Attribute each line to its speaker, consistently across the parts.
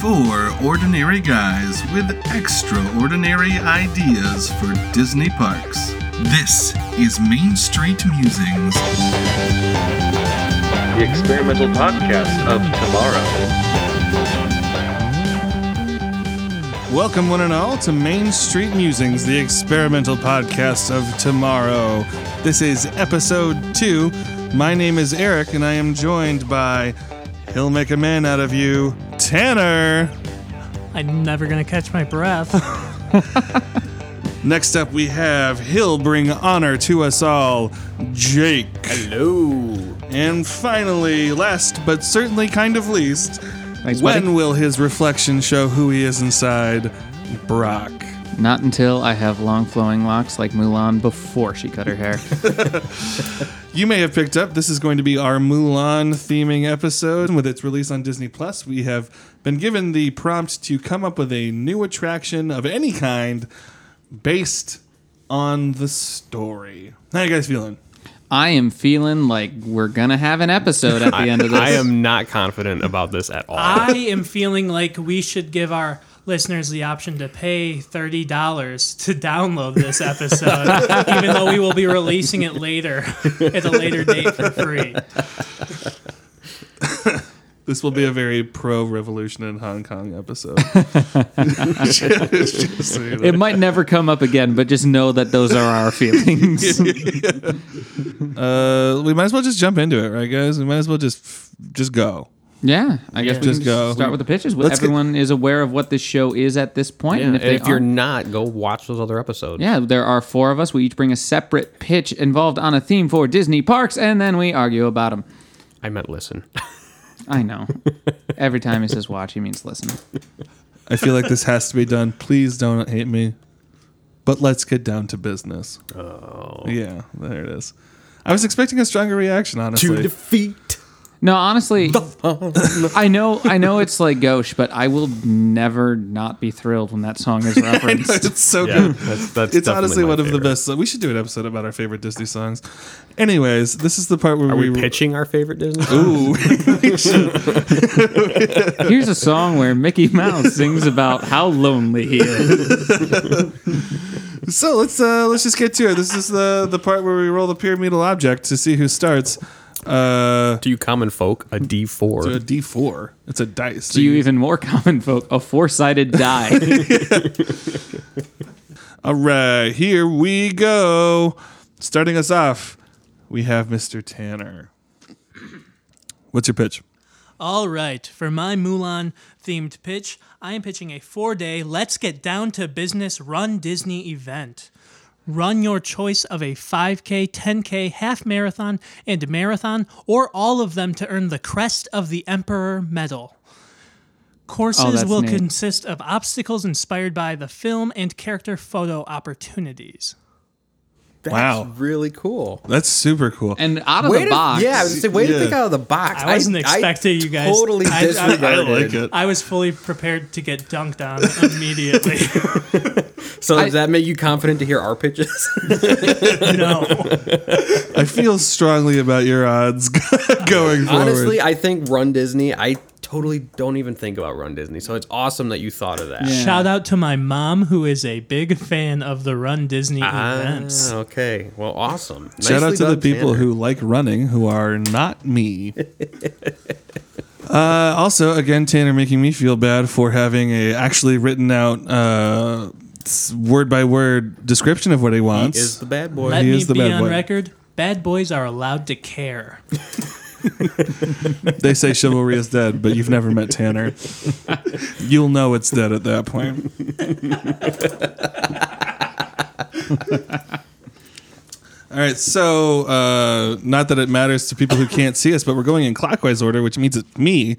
Speaker 1: Four ordinary guys with extraordinary ideas for Disney parks. This is Main Street Musings.
Speaker 2: the experimental podcast of tomorrow.
Speaker 3: Welcome, one and all, to Main Street Musings, the experimental podcast of tomorrow. This is episode two. My name is Eric, and I am joined by He'll Make a Man Out of You, Tanner.
Speaker 4: I'm never gonna catch my breath.
Speaker 3: Next up, we have He'll Bring Honor to Us All, Jake. Hello. And finally, last but certainly kind of least, when will his reflection show who he is inside? Brock.
Speaker 5: Not until I have long flowing locks like Mulan before she cut her hair.
Speaker 3: You may have picked up this is going to be our Mulan theming episode with its release on Disney Plus. We have been given the prompt to come up with a new attraction of any kind based on the story. How you guys feeling?
Speaker 5: I am feeling like we're gonna have an episode at the end of this. Ah,
Speaker 6: I am not confident about this at all.
Speaker 4: I am feeling like we should give our listeners the option to pay $30 to download this episode, even though we will be releasing it later at a later date for free.
Speaker 3: This will be a very pro revolution in Hong Kong episode. Just- just so you know.
Speaker 5: It might never come up again, but just know that those are our feelings.
Speaker 3: uh, we might as well just jump into it, right, guys? We might as well just just go.
Speaker 5: yeah, I guess we
Speaker 3: Just
Speaker 5: can just
Speaker 3: go.
Speaker 5: start with the pitches.
Speaker 3: Let's get-
Speaker 5: Everyone is aware of what this show is at this point,
Speaker 6: Yeah, and if,
Speaker 5: they
Speaker 6: you're
Speaker 5: aren't-
Speaker 6: not, go watch those other episodes.
Speaker 5: yeah, there are four of us. We each bring a separate pitch involved on a theme for Disney parks, and then we argue about them.
Speaker 6: I meant listen.
Speaker 5: I know. Every time he says watch, he means listen.
Speaker 3: I feel like this has to be done. Please don't hate me. But let's get down to business. Oh. Yeah, there it is. I was expecting a stronger reaction, honestly.
Speaker 6: defeat.
Speaker 5: No, honestly, I know, I know it's like gauche, but I will never not be thrilled when that song is referenced.
Speaker 3: it's so
Speaker 6: Yeah,
Speaker 3: good.
Speaker 6: that's, that's
Speaker 3: It's
Speaker 6: definitely
Speaker 3: honestly
Speaker 6: my
Speaker 3: one of the
Speaker 6: favorite.
Speaker 3: best. We should do an episode about our favorite Disney songs. Anyways, this is the part where
Speaker 6: Are we
Speaker 3: we
Speaker 6: pitching our favorite Disney?
Speaker 3: Ooh.
Speaker 5: Here's a song where Mickey Mouse sings about how lonely he is.
Speaker 3: so let's uh, let's just get to it. This is the the part where we roll the pyramidal object to see who starts. Uh,
Speaker 6: Do you common folk a D four?
Speaker 3: a D four. It's a dice.
Speaker 5: To you, even more common folk, a four-sided die.
Speaker 3: All right, here we go. Starting us off, we have Mr. Tanner. What's your pitch?
Speaker 4: All right, for my Mulan themed pitch, I am pitching a four day Let's Get Down to Business Run Disney event. Run your choice of a 5K, 10K, half marathon, and marathon, or all of them to earn the Crest of the Emperor medal. Courses
Speaker 5: Oh, that's
Speaker 4: will
Speaker 5: neat.
Speaker 4: consist of obstacles inspired by the film and character photo opportunities.
Speaker 3: Wow.
Speaker 6: really cool.
Speaker 3: That's super cool.
Speaker 5: And out of
Speaker 6: Way
Speaker 5: the
Speaker 6: to-
Speaker 5: box,
Speaker 6: yeah, I was gonna say, way
Speaker 3: Yeah.
Speaker 6: to think out of the box.
Speaker 4: I wasn't expecting you guys-
Speaker 6: Totally
Speaker 4: I- I- I
Speaker 6: disregarded.
Speaker 3: it.
Speaker 4: I was fully prepared to get dunked on immediately.
Speaker 6: So does that make you confident to hear our pitches?
Speaker 4: no.
Speaker 3: I feel strongly about your odds going forward.
Speaker 6: Honestly, I think Run Disney. I totally don't even think about Run Disney. So it's awesome that you thought of that.
Speaker 4: Shout out to my mom, who is a big fan of the Run Disney events.
Speaker 6: Ah, okay. Well, awesome.
Speaker 3: Shout out
Speaker 6: Nicely
Speaker 3: to the
Speaker 6: done,
Speaker 3: people
Speaker 6: Tanner.
Speaker 3: who like running who are not me. uh, also, again, Tanner making me feel bad for having a actually written out uh, s- word by word description of what he wants.
Speaker 6: is the bad boy.
Speaker 4: Let
Speaker 3: He
Speaker 4: me
Speaker 3: is the
Speaker 4: be
Speaker 3: bad
Speaker 4: on
Speaker 3: boy.
Speaker 4: record. Bad boys are allowed to care.
Speaker 3: they say chivalry is dead, but you've never met Tanner. You'll know it's dead at that point. All right, so uh, not that it matters to people who can't see us, but we're going in clockwise order, which means it's me.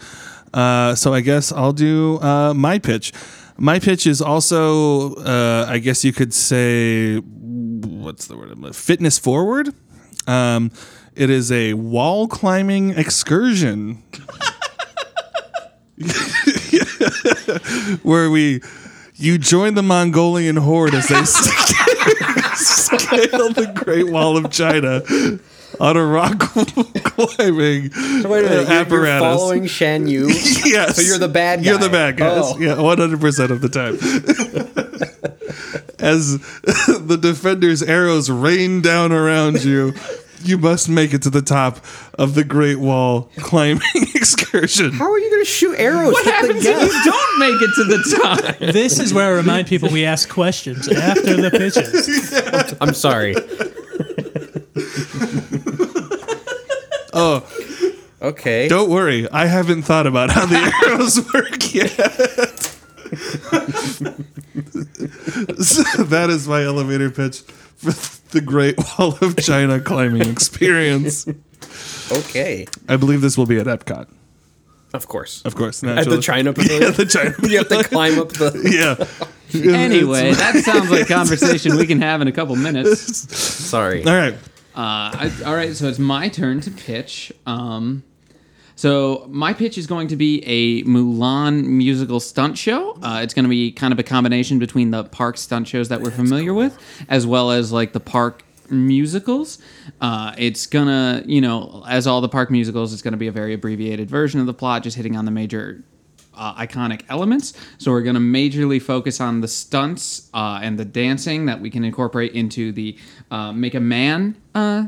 Speaker 3: Uh, so I guess I'll do uh, my pitch. My pitch is also, uh, I guess you could say, what's the word? Fitness forward. Um, it is a wall climbing excursion where we you join the Mongolian horde as they scale the Great Wall of China on a rock climbing
Speaker 6: So wait a minute.
Speaker 3: uh,
Speaker 6: You're, you're
Speaker 3: apparatus.
Speaker 6: following Shan Yu.
Speaker 3: yes.
Speaker 6: So you're the bad guy.
Speaker 3: You're the bad guy.
Speaker 6: Oh.
Speaker 3: Yeah, 100% of the time. As the defender's arrows rain down around you, you must make it to the top of the Great Wall climbing excursion.
Speaker 6: How are you going to shoot arrows?
Speaker 5: What happens if you don't make it to the top?
Speaker 4: This is where I remind people we ask questions after the pitches.
Speaker 6: I'm sorry.
Speaker 3: Oh.
Speaker 6: Okay.
Speaker 3: Don't worry, I haven't thought about how the arrows work yet. so that is my elevator pitch for the Great Wall of China climbing experience.
Speaker 6: Okay.
Speaker 3: I believe this will be at Epcot,
Speaker 6: Of course.
Speaker 3: of course.
Speaker 6: At
Speaker 3: naturally.
Speaker 6: the China Pavilion.
Speaker 3: the China.
Speaker 6: you have to climb up the.
Speaker 3: yeah.
Speaker 5: Anyway, that sounds like a conversation we can have in a couple minutes.
Speaker 6: Sorry.
Speaker 3: All right.
Speaker 5: Uh, I, all right, so it's my turn to pitch. Um, so my pitch is going to be a Mulan musical stunt show. Uh, it's going to be kind of a combination between the park stunt shows that we're familiar with, as well as like the park musicals. Uh, it's gonna, you know, as all the park musicals, it's going to be a very abbreviated version of the plot, just hitting on the major uh, iconic elements. So we're going to majorly focus on the stunts uh, and the dancing that we can incorporate into the uh, "Make a Man" uh,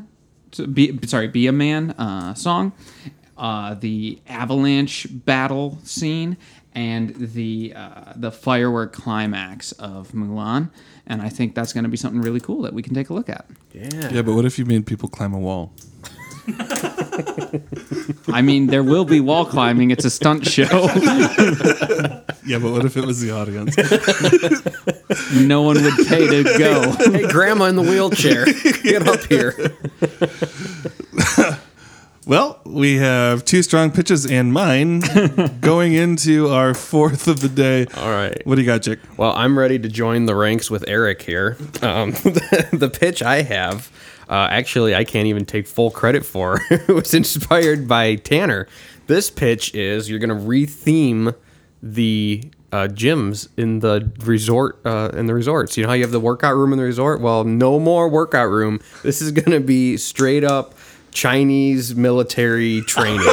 Speaker 5: to be sorry, "Be a Man" uh, song, uh, the avalanche battle scene, and the uh, the firework climax of Mulan. And I think that's going to be something really cool that we can take a look at.
Speaker 3: Yeah, but what if you made people climb a wall?
Speaker 5: I mean, there will be wall climbing. It's a stunt show.
Speaker 3: Yeah, but what if it was the audience?
Speaker 5: no one would pay to go.
Speaker 6: Hey, Grandma in the wheelchair. Get up here.
Speaker 3: well, we have two strong pitches and mine going into our fourth of the day.
Speaker 6: All right.
Speaker 3: What do you got, Jake?
Speaker 6: Well, I'm ready to join the ranks with Eric here. Um, the, pitch I have, uh, actually, I can't even take full credit for. it was inspired by Tanner. This pitch is you're going to retheme the uh, gyms in the resort uh, in the resorts. You know how you have the workout room in the resort? Well, no more workout room. This is going to be straight up Chinese military training.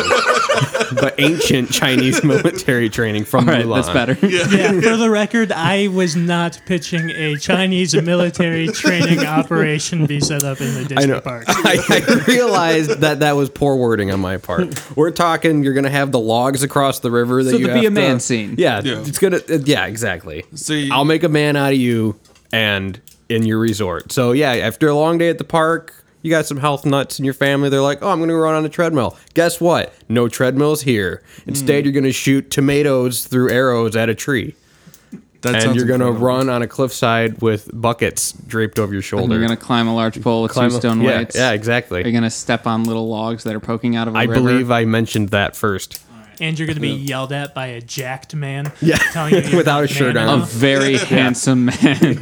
Speaker 6: but ancient Chinese military training from
Speaker 5: All right,
Speaker 6: Mulan.
Speaker 5: that's better.
Speaker 4: Yeah, for the record, I was not pitching a Chinese military training operation be set up in the Disney park.
Speaker 6: I, I realized that that was poor wording on my part. We're talking. You're gonna have the logs across the river. That
Speaker 5: So
Speaker 6: you
Speaker 5: the
Speaker 6: have
Speaker 5: be a man
Speaker 6: to-
Speaker 5: scene.
Speaker 6: Yeah,
Speaker 3: Yeah.
Speaker 6: it's gonna. uh, yeah, exactly.
Speaker 3: So you-
Speaker 6: I'll make a man out of you, and in your resort. So yeah, after a long day at the park. You got some health nuts in your family. They're like, "Oh, I'm going to run on a treadmill." Guess what? No treadmills here. Instead,
Speaker 3: Mm.
Speaker 6: you're going to shoot tomatoes through arrows at a tree,
Speaker 3: That
Speaker 6: and
Speaker 3: sounds
Speaker 6: you're going to
Speaker 3: incredible.
Speaker 6: run on a cliffside with buckets draped over your shoulder.
Speaker 5: You're gonna climb a large pole with
Speaker 6: Climb
Speaker 5: two
Speaker 6: a-
Speaker 5: stone
Speaker 6: yeah,
Speaker 5: weights.
Speaker 6: yeah, exactly.
Speaker 5: You're gonna step on little logs that are poking out of a
Speaker 6: I
Speaker 5: river.
Speaker 6: believe I mentioned that first.
Speaker 4: And you're going to be yelled at by a jacked man
Speaker 6: Yeah.
Speaker 4: telling you you're
Speaker 6: Without
Speaker 4: not
Speaker 6: a shirt
Speaker 4: man
Speaker 6: on.
Speaker 5: a
Speaker 4: enough.
Speaker 5: very handsome man.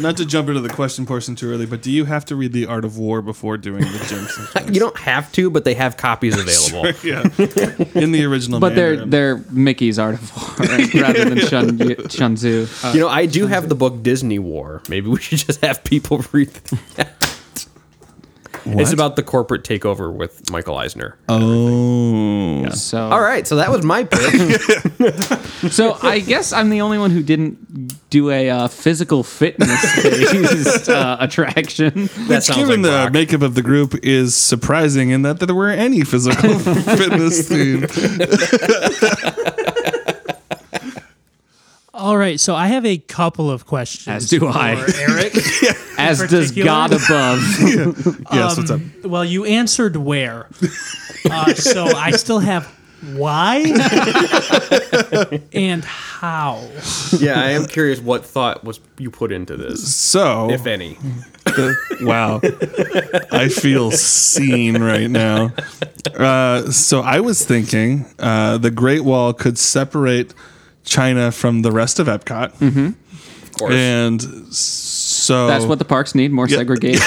Speaker 3: Not to jump into the question portion too early, but do you have to read The Art of War before doing the gyms?
Speaker 6: You don't have to, but they have copies available.
Speaker 3: yeah. In the original
Speaker 5: But they're
Speaker 3: Mandarin.
Speaker 5: they're Mickey's art of war right? rather than Shun Shun Tzu.
Speaker 6: you know, I do have the book Disney War. Maybe we should just have people read that. It's about the corporate takeover with Michael Eisner.
Speaker 3: Oh.
Speaker 5: So
Speaker 6: All right, so that was my pick.
Speaker 5: so I guess I'm the only one who didn't do a uh, physical fitness based uh, attraction.
Speaker 6: That sounds
Speaker 3: Given
Speaker 6: like
Speaker 3: the
Speaker 6: rock.
Speaker 3: makeup of the group is surprising in that there were any physical fitness theme.
Speaker 4: All right, so I have a couple of questions.
Speaker 5: As do I.
Speaker 4: for Eric.
Speaker 5: As does
Speaker 4: particular?
Speaker 5: God above.
Speaker 3: Yes, what's
Speaker 6: Um,
Speaker 3: up?
Speaker 4: Well, you answered where. Uh, so I still have why and how.
Speaker 6: yeah, I am curious what thought was you put into this,
Speaker 3: So,
Speaker 6: if any.
Speaker 3: wow, I feel seen right now. Uh, so I was thinking uh, the Great Wall could separate China from the rest of Epcot,
Speaker 6: Mm-hmm. Of course.
Speaker 3: and so
Speaker 5: That's what the parks need more segregation.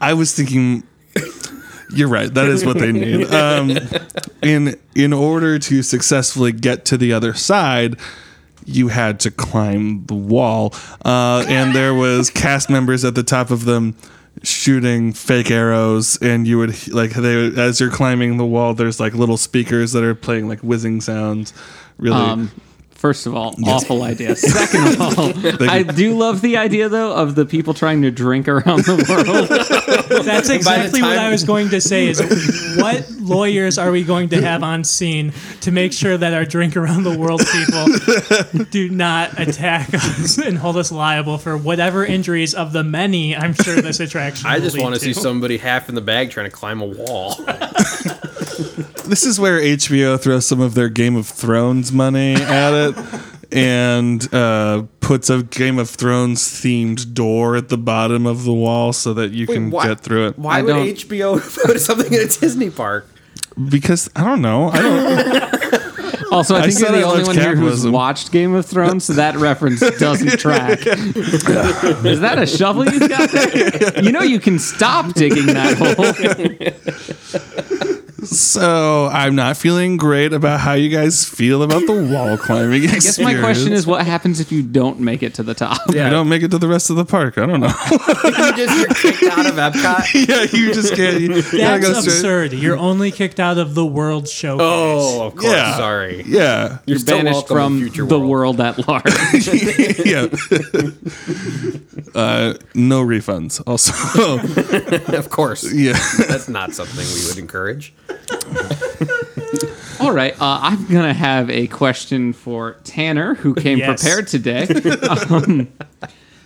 Speaker 3: I was thinking. You're right. That is what they need. Um, in in order to successfully get to the other side, you had to climb the wall, uh, and there was cast members at the top of them shooting fake arrows, and you would like they would- as you're climbing the wall. There's like little speakers that are playing like whizzing sounds. Really,
Speaker 5: Um, first of all, awful idea. Second of all, I do love the idea though of the people trying to drink around the world.
Speaker 4: That's exactly what
Speaker 6: time-
Speaker 4: I was going to say. Is what lawyers are we going to have on scene to make sure that our drink around the world people do not attack us and hold us liable for whatever injuries of the many? I'm sure this attraction.
Speaker 6: I
Speaker 4: will
Speaker 6: just
Speaker 4: lead
Speaker 6: want to
Speaker 4: to
Speaker 6: see somebody half in the bag trying to climb a wall.
Speaker 3: this is where HBO throws some of their Game of Thrones money at it and uh, puts a Game of Thrones themed door at the bottom of the wall so that you can get through it.
Speaker 6: Why
Speaker 5: I
Speaker 6: would
Speaker 5: don't-
Speaker 6: HBO put something in a Disney park?
Speaker 3: Because I don't know. I don't
Speaker 5: Also, I
Speaker 3: I
Speaker 5: think
Speaker 3: said
Speaker 5: you're the
Speaker 3: I
Speaker 5: only
Speaker 3: loved
Speaker 5: one here who's
Speaker 3: capitalism.
Speaker 5: watched Game of Thrones, so that reference doesn't track. Is that a shovel you've got there? You know you can stop digging that hole.
Speaker 3: so I'm not feeling great about how you guys feel about the wall climbing.
Speaker 5: I guess my question is, what happens if you don't make it to the top?
Speaker 3: I don't make it to the rest of the park. I don't know.
Speaker 6: You just you're kicked out of Epcot.
Speaker 3: yeah, you just can't. You gotta
Speaker 4: That's
Speaker 3: go straight.
Speaker 4: absurd. You're only kicked out of the world show.
Speaker 6: Oh, of course.
Speaker 3: Yeah.
Speaker 6: Sorry.
Speaker 3: Yeah.
Speaker 6: You're still
Speaker 5: Banished
Speaker 6: welcome
Speaker 5: from
Speaker 6: in future
Speaker 5: the world. at large.
Speaker 3: yeah. uh, no refunds. Also,
Speaker 6: of course.
Speaker 3: yeah.
Speaker 6: That's not something we would encourage.
Speaker 5: All right, uh, I'm gonna have a question for Tanner, who came
Speaker 4: Yes.
Speaker 5: prepared today. Um,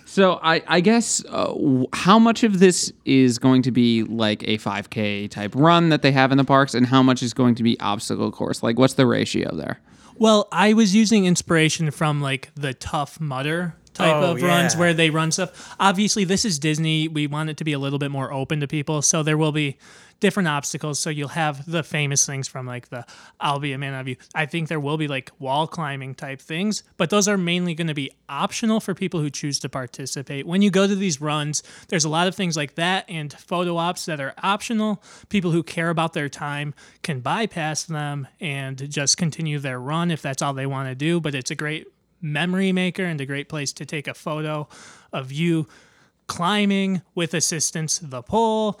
Speaker 5: so I, I guess uh, w- how much of this is going to be like a 5K type run that they have in the parks, and how much is going to be obstacle course? Like, what's the ratio there?
Speaker 4: Well, I was using inspiration from like the Tough Mudder type
Speaker 6: Oh,
Speaker 4: of runs
Speaker 6: yeah.
Speaker 4: where they run stuff. Obviously, this is Disney. We want it to be a little bit more open to people, so there will be different obstacles. So you'll have the famous things from like the "I'll be a man of you." I think there will be like wall climbing type things, but those are mainly going to be optional for people who choose to participate. When you go to these runs, there's a lot of things like that and photo ops that are optional. People who care about their time can bypass them and just continue their run if that's all they want to do. But it's a great memory maker and a great place to take a photo of you climbing with assistance the pole,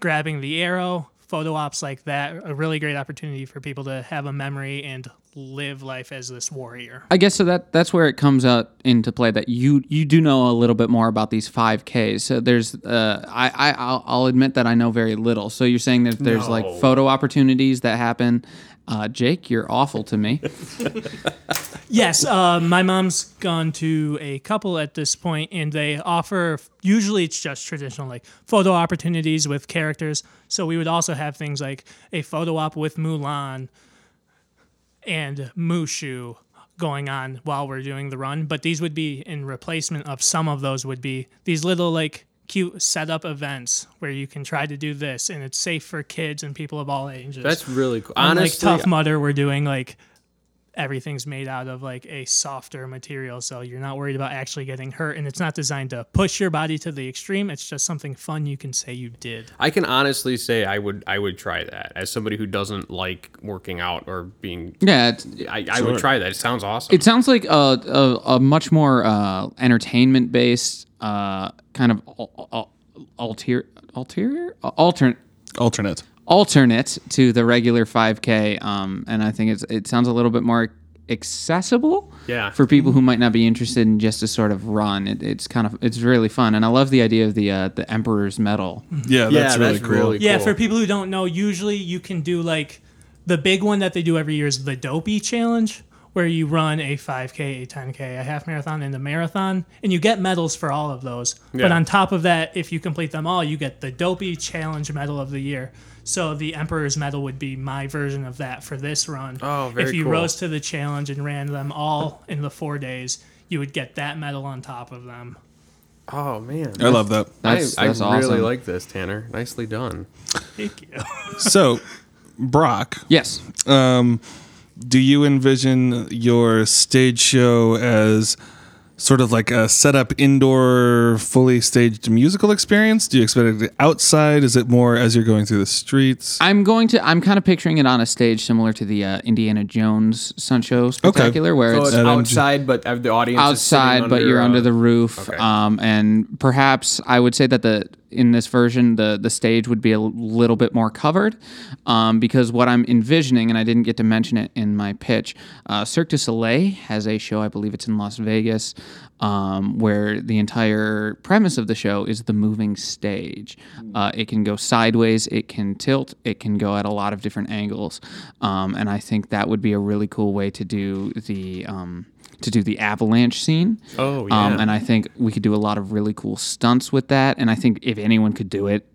Speaker 4: grabbing the arrow, photo ops like that. A really great opportunity for people to have a memory and live life as this warrior.
Speaker 5: I guess so that that's where it comes out into play that you you do know a little bit more about these 5Ks. So there's uh, I, I I'll, I'll admit that I know very little. So you're saying that there's like photo opportunities that happen. Uh, Jake, you're awful to me.
Speaker 4: Yes, uh, my mom's gone to a couple at this point, and they offer. Usually, it's just traditional like photo opportunities with characters. So we would also have things like a photo op with Mulan and Mushu going on while we're doing the run. But these would be in replacement of some of those. Would be these little like cute setup events where you can try to do this, and it's safe for kids and people of all ages.
Speaker 6: That's really cool.
Speaker 4: Unlike
Speaker 6: Honestly,
Speaker 4: Tough Mudder, we're doing like everything's made out of like a softer material, so you're not worried about actually getting hurt, and it's not designed to push your body to the extreme. It's just something fun you can say you did.
Speaker 6: I can honestly say I would I would try that as somebody who doesn't like working out or being.
Speaker 5: Yeah, it's,
Speaker 6: I, I would try that. It sounds awesome.
Speaker 5: it sounds like a, a, a much more uh, entertainment based uh, kind of al- al- alter ulterior alternate
Speaker 3: Alternate.
Speaker 5: alternate to the regular 5K. Um, and I think it's it sounds a little bit more accessible.
Speaker 6: Yeah.
Speaker 5: For people who might not be interested in just a sort of run, it, it's kind of it's really fun, and I love the idea of the uh, the Emperor's Medal.
Speaker 6: Mm.
Speaker 3: Yeah, that's really cool.
Speaker 4: Yeah, for people who don't know, usually you can do like the big one that they do every year is the Dopey Challenge, where you run a 5K, a 10K, a half marathon, and a marathon, and you get medals for all of those. But
Speaker 6: Yeah.
Speaker 4: on top of that, if you complete them all, you get the Dopey Challenge Medal of the Year. So the Emperor's Medal would be my version of that for this run.
Speaker 6: Oh, very
Speaker 4: If you
Speaker 6: cool.
Speaker 4: rose to the challenge and ran them all in the four days, you would get that medal on top of them.
Speaker 6: Oh man,
Speaker 3: I love that.
Speaker 5: That's,
Speaker 6: I,
Speaker 5: that's
Speaker 6: I
Speaker 5: awesome.
Speaker 6: really like this, Tanner. Nicely done.
Speaker 4: Thank you.
Speaker 3: So, Brock,
Speaker 5: yes,
Speaker 3: do you envision your stage show as sort of like a set up indoor, fully staged musical experience? Do you expect it to be outside? Is it more as you're going through the streets?
Speaker 5: I'm going to. I'm kind of picturing it on a stage similar to the uh, Indiana Jones Sancho Spectacular, where
Speaker 7: So
Speaker 5: it's
Speaker 7: it's
Speaker 3: I'm ju-
Speaker 7: outside, but the audience is sitting
Speaker 5: outside, but you're
Speaker 7: uh,
Speaker 5: under the roof. Um, and perhaps I would say that the in this version the the stage would be a little bit more covered, um, because what I'm envisioning, and I didn't get to mention it in my pitch, uh, Cirque du Soleil has a show. I believe it's in Las Vegas. Um, where the entire premise of the show is the moving stage.
Speaker 7: Hmm.
Speaker 5: Uh, it can go sideways, it can tilt, it can go at a lot of different angles, um, and I think that would be a really cool way to do the um, to do the avalanche scene. Um,
Speaker 6: Oh, yeah.
Speaker 5: and I think we could do a lot of really cool stunts with that. And I think if anyone could do it,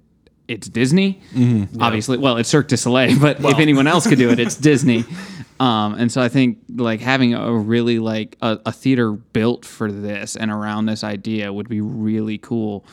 Speaker 5: it's Disney.
Speaker 6: Mm-hmm.
Speaker 5: Obviously, well, it's Cirque du Soleil, but if anyone else could do it, it's Disney. Um, and so I think like having a really like a, a theater built for this and around this idea would be really cool.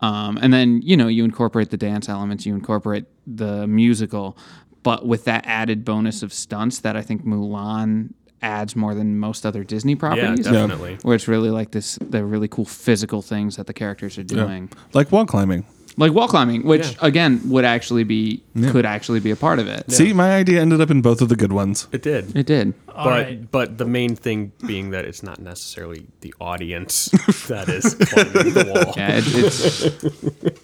Speaker 5: Um, and then you know you incorporate the dance elements, you incorporate the musical, but with that added bonus of stunts that I think Mulan adds more than most other Disney
Speaker 6: Yeah,
Speaker 5: properties
Speaker 6: definitely.
Speaker 5: where it's really like this the really cool physical things that the characters are doing
Speaker 3: Like wall climbing.
Speaker 5: like wall climbing which again would actually be could actually be a part of it
Speaker 3: See, my idea ended up in both of the good ones.
Speaker 6: It did.
Speaker 5: it did
Speaker 6: but
Speaker 4: right.
Speaker 6: but the main thing being that it's not necessarily the audience that is climbing the wall.
Speaker 5: yeah it, it's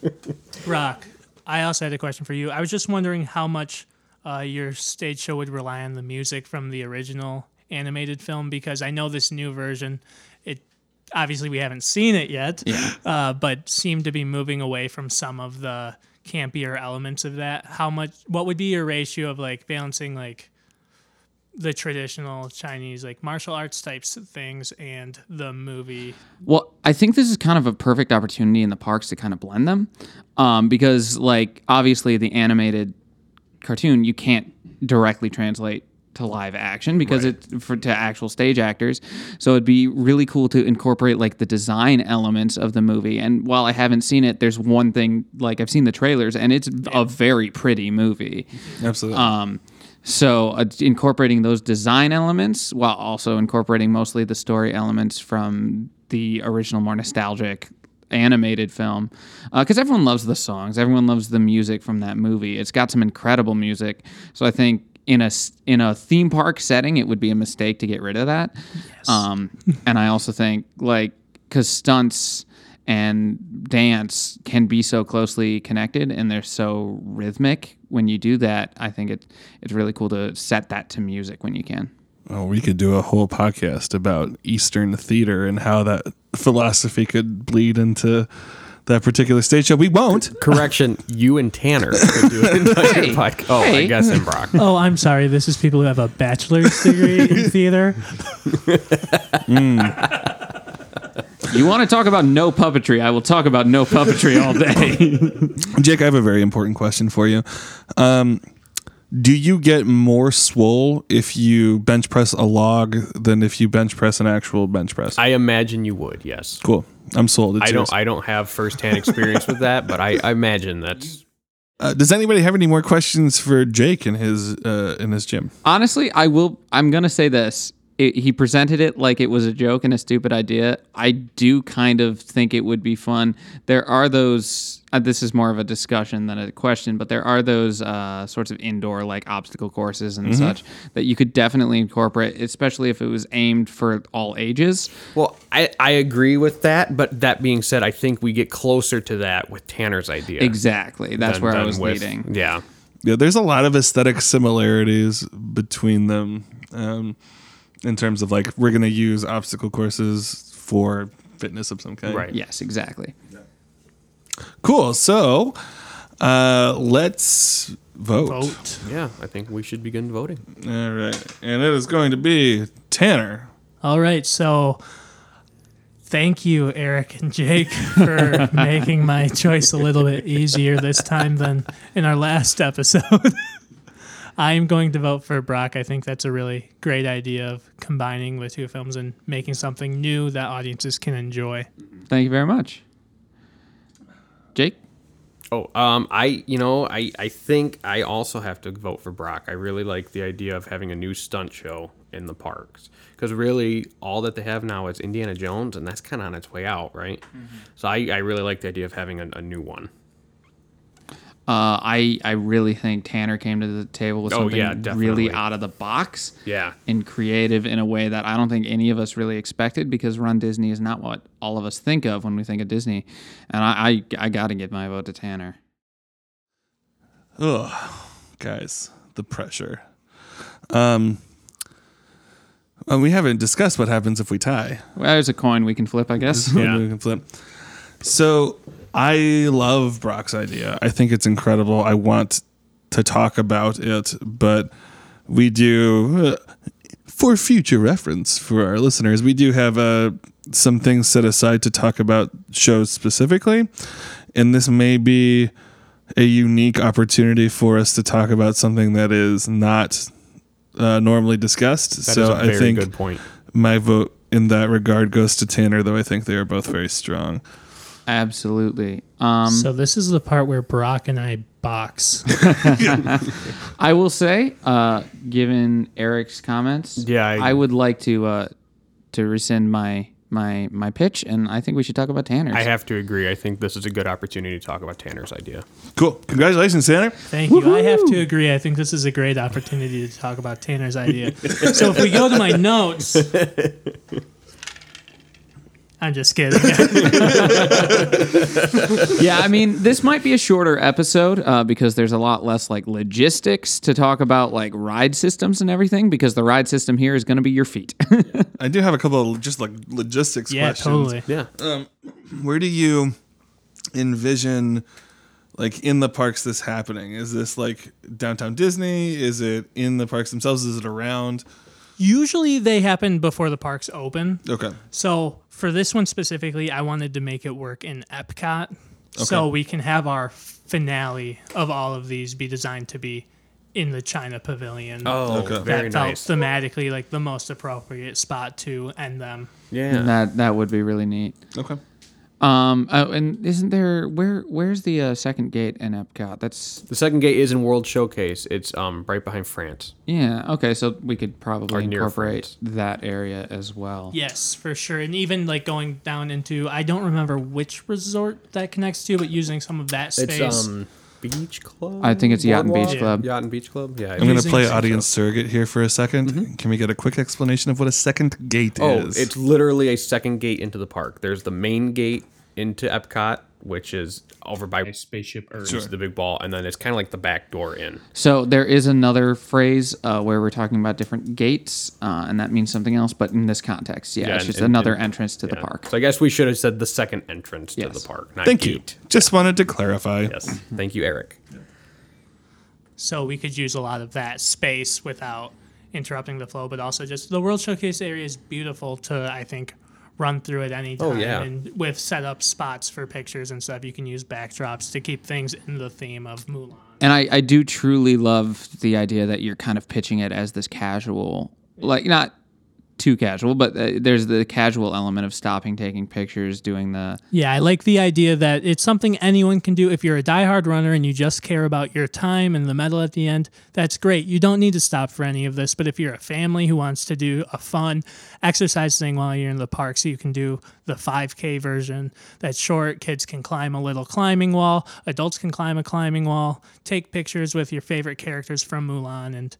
Speaker 4: Rock, I also had a question for you. I was just wondering how much uh, your stage show would rely on the music from the original animated film because I know this new version, it obviously we haven't seen it yet, uh, but seemed to be moving away from some of the campier elements of that. How much? What would be your ratio of like balancing like the traditional Chinese like martial arts types of things and the movie?
Speaker 5: well i think this is kind of a perfect opportunity in the parks to kind of blend them um, because like obviously the animated cartoon you can't directly translate to live action because it's for, to actual stage actors so it'd be really cool to incorporate like the design elements of the movie and while i haven't seen it there's one thing like i've seen the trailers and it's a very pretty movie
Speaker 3: Absolutely.
Speaker 5: um, so uh, incorporating those design elements while also incorporating mostly the story elements from the original, more nostalgic animated film, because everyone loves the songs, everyone loves the music from that movie. It's got some incredible music. So I think in a s- in a theme park setting, it would be a mistake to get rid of that. Um, and I also think like because stunts and dance can be so closely connected and they're so rhythmic when you do that i think it, it's really cool to set that to music when you can
Speaker 3: Oh, we could do a whole podcast about Eastern theater and how that philosophy could bleed into that particular stage show. We won't.
Speaker 6: Correction, you and Tanner could do an entire
Speaker 5: Hey.
Speaker 6: podcast. Oh, I
Speaker 5: Hey.
Speaker 6: guess and Brock.
Speaker 4: Oh, I'm sorry. This is people who have a bachelor's degree in theater.
Speaker 5: you want to talk about no puppetry i will talk about no puppetry all day
Speaker 3: Jake, I have a very important question for you. Um, do you get more swole if you bench press a log than if you bench press an actual bench press?
Speaker 6: I imagine you would, yes.
Speaker 3: cool. I'm sold. It's
Speaker 6: I
Speaker 3: yours.
Speaker 6: don't I don't have firsthand experience with that, but I, I imagine that's
Speaker 3: uh, does anybody have any more questions for Jake in his uh, in his gym?
Speaker 5: honestly i will i'm gonna say this it, he presented it like it was a joke and a stupid idea i do kind of think it would be fun there are those uh, this is more of a discussion than a question but there are those uh, sorts of indoor like obstacle courses and such that you could definitely incorporate especially if it was aimed for all ages
Speaker 6: Well, I, I agree with that, but that being said, I think we get closer to that with Tanner's idea.
Speaker 5: exactly that's
Speaker 6: than-
Speaker 5: where i
Speaker 6: than
Speaker 5: was
Speaker 6: with-
Speaker 5: leading
Speaker 6: Yeah.
Speaker 3: Yeah, there's a lot of aesthetic similarities between them um, in terms of like we're gonna use obstacle courses for fitness of some kind.
Speaker 6: Right.
Speaker 5: yes exactly
Speaker 3: Cool. So uh, let's vote.
Speaker 4: Vote.
Speaker 6: Yeah. I think we should begin voting.
Speaker 3: All right, and it is going to be Tanner.
Speaker 4: All right. So thank you, Eric and Jake, for making my choice a little bit easier this time than in our last episode. I'm going to vote for Brock. I think that's a really great idea of combining the two films and making something new that audiences can enjoy.
Speaker 5: thank you very much jake
Speaker 6: Oh, um, I you know I I think I also have to vote for Brock. I really like the idea of having a new stunt show in the parks because really all that they have now is Indiana Jones, and that's kind of on its way out, right? So I I really like the idea of having a, a new one.
Speaker 5: Uh, I I really think Tanner came to the table with
Speaker 6: Oh,
Speaker 5: something
Speaker 6: yeah, definitely.
Speaker 5: really out of the box.
Speaker 6: Yeah.
Speaker 5: And creative in a way that I don't think any of us really expected because Run Disney is not what all of us think of when we think of Disney. And I I, I got to give my vote to Tanner.
Speaker 3: Ugh, guys, the pressure. Um, uh, we haven't discussed what happens if we tie.
Speaker 5: Well, there's a coin we can flip, I guess.
Speaker 3: yeah. we can flip. So I love Brock's idea. I think it's incredible. I want to talk about it, but we do uh, for future reference for our listeners. We do have uh, some things set aside to talk about shows specifically, and this may be a unique opportunity for us to talk about something that is not uh, normally discussed.
Speaker 6: That is
Speaker 3: so
Speaker 6: a very
Speaker 3: I think
Speaker 6: good point.
Speaker 3: my vote in that regard goes to Tanner, though I think they are both very strong.
Speaker 5: Absolutely. Um,
Speaker 4: So this is the part where Brock and I box.
Speaker 5: I will say, uh, given Eric's comments,
Speaker 6: Yeah, I-
Speaker 5: I, would like to uh, to rescind my my my pitch, and I think we should talk about Tanner's.
Speaker 6: I have to agree. I think this is a good opportunity to talk about Tanner's idea.
Speaker 3: Cool. Congratulations, Tanner.
Speaker 4: Thank you. I have to agree. I think this is a great opportunity to talk about Tanner's idea. so if we go to my notes, I'm just kidding.
Speaker 5: yeah, I mean, this might be a shorter episode uh, because there's a lot less like logistics to talk about, like ride systems and everything. Because the ride system here is going to be your feet.
Speaker 3: I do have a couple of just like logistics
Speaker 4: yeah,
Speaker 3: questions.
Speaker 4: totally.
Speaker 6: Yeah.
Speaker 3: Where do you envision, like in the parks, this happening? Is this like downtown Disney? Is it in the parks themselves? Is it around?
Speaker 4: Usually they happen before the parks open.
Speaker 3: Okay.
Speaker 4: So for this one specifically, I wanted to make it work in Epcot, so
Speaker 3: Okay.
Speaker 4: we can have our finale of all of these be designed to be in the China Pavilion.
Speaker 6: Oh,
Speaker 3: Okay.
Speaker 6: very
Speaker 4: that felt
Speaker 6: nice.
Speaker 4: thematically like the most appropriate spot to end them.
Speaker 6: Yeah.
Speaker 5: that that would be really neat.
Speaker 3: Okay.
Speaker 5: Um, oh, and isn't there where where's the uh, second gate in Epcot? That's
Speaker 6: The second gate is in World Showcase. It's um right behind France.
Speaker 5: yeah. Okay, so we could probably
Speaker 6: Or near
Speaker 5: incorporate that area as well.
Speaker 4: Yes, for sure. And even like going down into I don't remember which resort that connects to, but using some of that space.
Speaker 6: It's um Beach Club.
Speaker 5: I think it's Yacht and Beach
Speaker 4: Yeah.
Speaker 5: Club.
Speaker 6: Yacht and Beach Club. Yeah.
Speaker 3: I'm going to
Speaker 4: Using
Speaker 3: play
Speaker 4: some-
Speaker 3: audience surrogate here for a 2nd Can we get a quick explanation of what a second gate
Speaker 6: Mm-hmm. Oh,
Speaker 3: is?
Speaker 6: it's literally a second gate into the park. There's the main gate into Epcot, which is over by Spaceship Earth,
Speaker 3: Sure.
Speaker 6: the big ball, and then it's kind of like the back door in.
Speaker 5: So there is another phrase uh, where we're talking about different gates, uh, and that means something else. But in this context, yeah,
Speaker 6: Yeah,
Speaker 5: it's
Speaker 6: and-
Speaker 5: just
Speaker 6: and-
Speaker 5: another
Speaker 6: and-
Speaker 5: entrance to the
Speaker 6: Yeah.
Speaker 5: park.
Speaker 6: So I guess we should have said the second entrance to
Speaker 5: Yes.
Speaker 6: the park. Not
Speaker 3: Thank
Speaker 6: gate.
Speaker 3: you. Just wanted to clarify.
Speaker 6: Yes. Thank you, Eric.
Speaker 4: so we could use a lot of that space without interrupting the flow but also just the world showcase area is beautiful to i think run through at any time
Speaker 6: Oh, yeah.
Speaker 4: and with set up spots for pictures and stuff you can use backdrops to keep things in the theme of mulan
Speaker 5: And I, I do truly love the idea that you're kind of pitching it as this casual, like not too casual, but uh, there's the casual element of stopping, taking pictures, doing the
Speaker 4: yeah i like the idea that it's something anyone can do if you're a diehard runner and you just care about your time and the medal at the end that's great you don't need to stop for any of this but if you're a family who wants to do a fun exercise thing while you're in the park so you can do the 5k version that's short kids can climb a little climbing wall adults can climb a climbing wall take pictures with your favorite characters from mulan and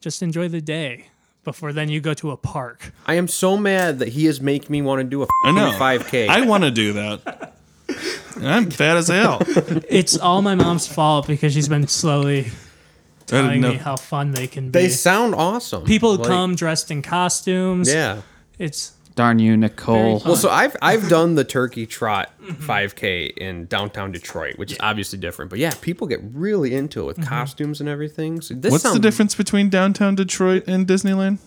Speaker 4: just enjoy the day before then you go to a park
Speaker 6: I am so mad that he is making me want to do a
Speaker 3: I know.
Speaker 6: 5K.
Speaker 3: I want to do that. I'm fat as hell.
Speaker 4: it's all my mom's fault because she's been slowly
Speaker 3: I
Speaker 4: telling
Speaker 3: didn't
Speaker 4: me
Speaker 3: know.
Speaker 4: how fun they can
Speaker 6: they
Speaker 4: be.
Speaker 6: sound awesome.
Speaker 4: People
Speaker 6: Like,
Speaker 4: come dressed in costumes.
Speaker 6: Yeah.
Speaker 4: It's
Speaker 5: darn you, Nicole.
Speaker 6: Well, so I've I've done the turkey trot 5K in downtown Detroit, which is obviously different. But yeah, people get really into it with costumes and everything. So this
Speaker 3: Mm-hmm. What's the
Speaker 6: sounds-
Speaker 3: difference between downtown Detroit and Disneyland?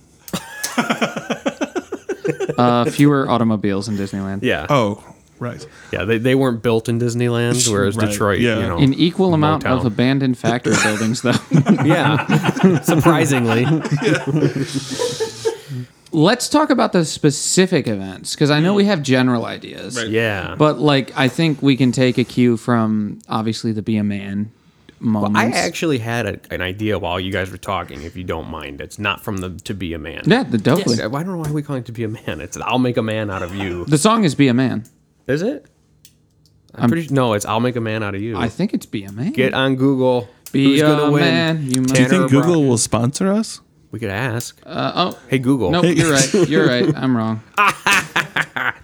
Speaker 5: Uh, fewer automobiles in Disneyland.
Speaker 6: Yeah,
Speaker 3: Oh, right.
Speaker 6: yeah. They, they weren't built in Disneyland, whereas
Speaker 3: Right,
Speaker 6: Detroit,
Speaker 3: yeah.
Speaker 6: you know,
Speaker 5: An equal amount
Speaker 6: Motown.
Speaker 5: of abandoned factory buildings, though.
Speaker 6: yeah, surprisingly.
Speaker 5: Let's talk about the specific events because I know we have general ideas.
Speaker 6: Yeah.
Speaker 5: But like, I think we can take a cue from obviously the be a man moments.
Speaker 6: I actually had a, an idea while you guys were talking, if you don't mind. It's not from the To Be a Man.
Speaker 5: yeah, the dope.
Speaker 6: I don't know why we calling it To Be a Man. It's I'll Make a Man Out of You.
Speaker 5: The song is be a man.
Speaker 6: Is it? I'm, pretty sure. No, it's I'll Make a Man Out of You.
Speaker 5: I think it's be a man.
Speaker 6: Get on Google.
Speaker 5: Be
Speaker 6: Who's gonna
Speaker 5: a
Speaker 6: win?
Speaker 5: man, you must-
Speaker 3: Do you
Speaker 6: Tanner
Speaker 3: think Google
Speaker 6: O'Brien.
Speaker 3: will sponsor us?
Speaker 6: We could ask.
Speaker 5: Uh, oh.
Speaker 6: hey, Google.
Speaker 5: Nope, you're right. You're right. I'm wrong.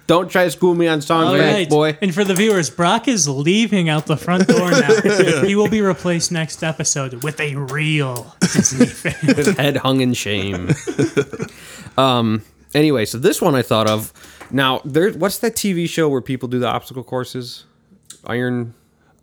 Speaker 6: Don't try to school me on song
Speaker 4: All
Speaker 6: lyrics,
Speaker 4: right.
Speaker 6: boy.
Speaker 4: And for the viewers, Brock is leaving out the front door now. he will be replaced next episode with a real Disney fan.
Speaker 6: His head hung in shame. um. Anyway, so this one I thought of. Now, there. What's that TV show where people do the obstacle courses? Iron.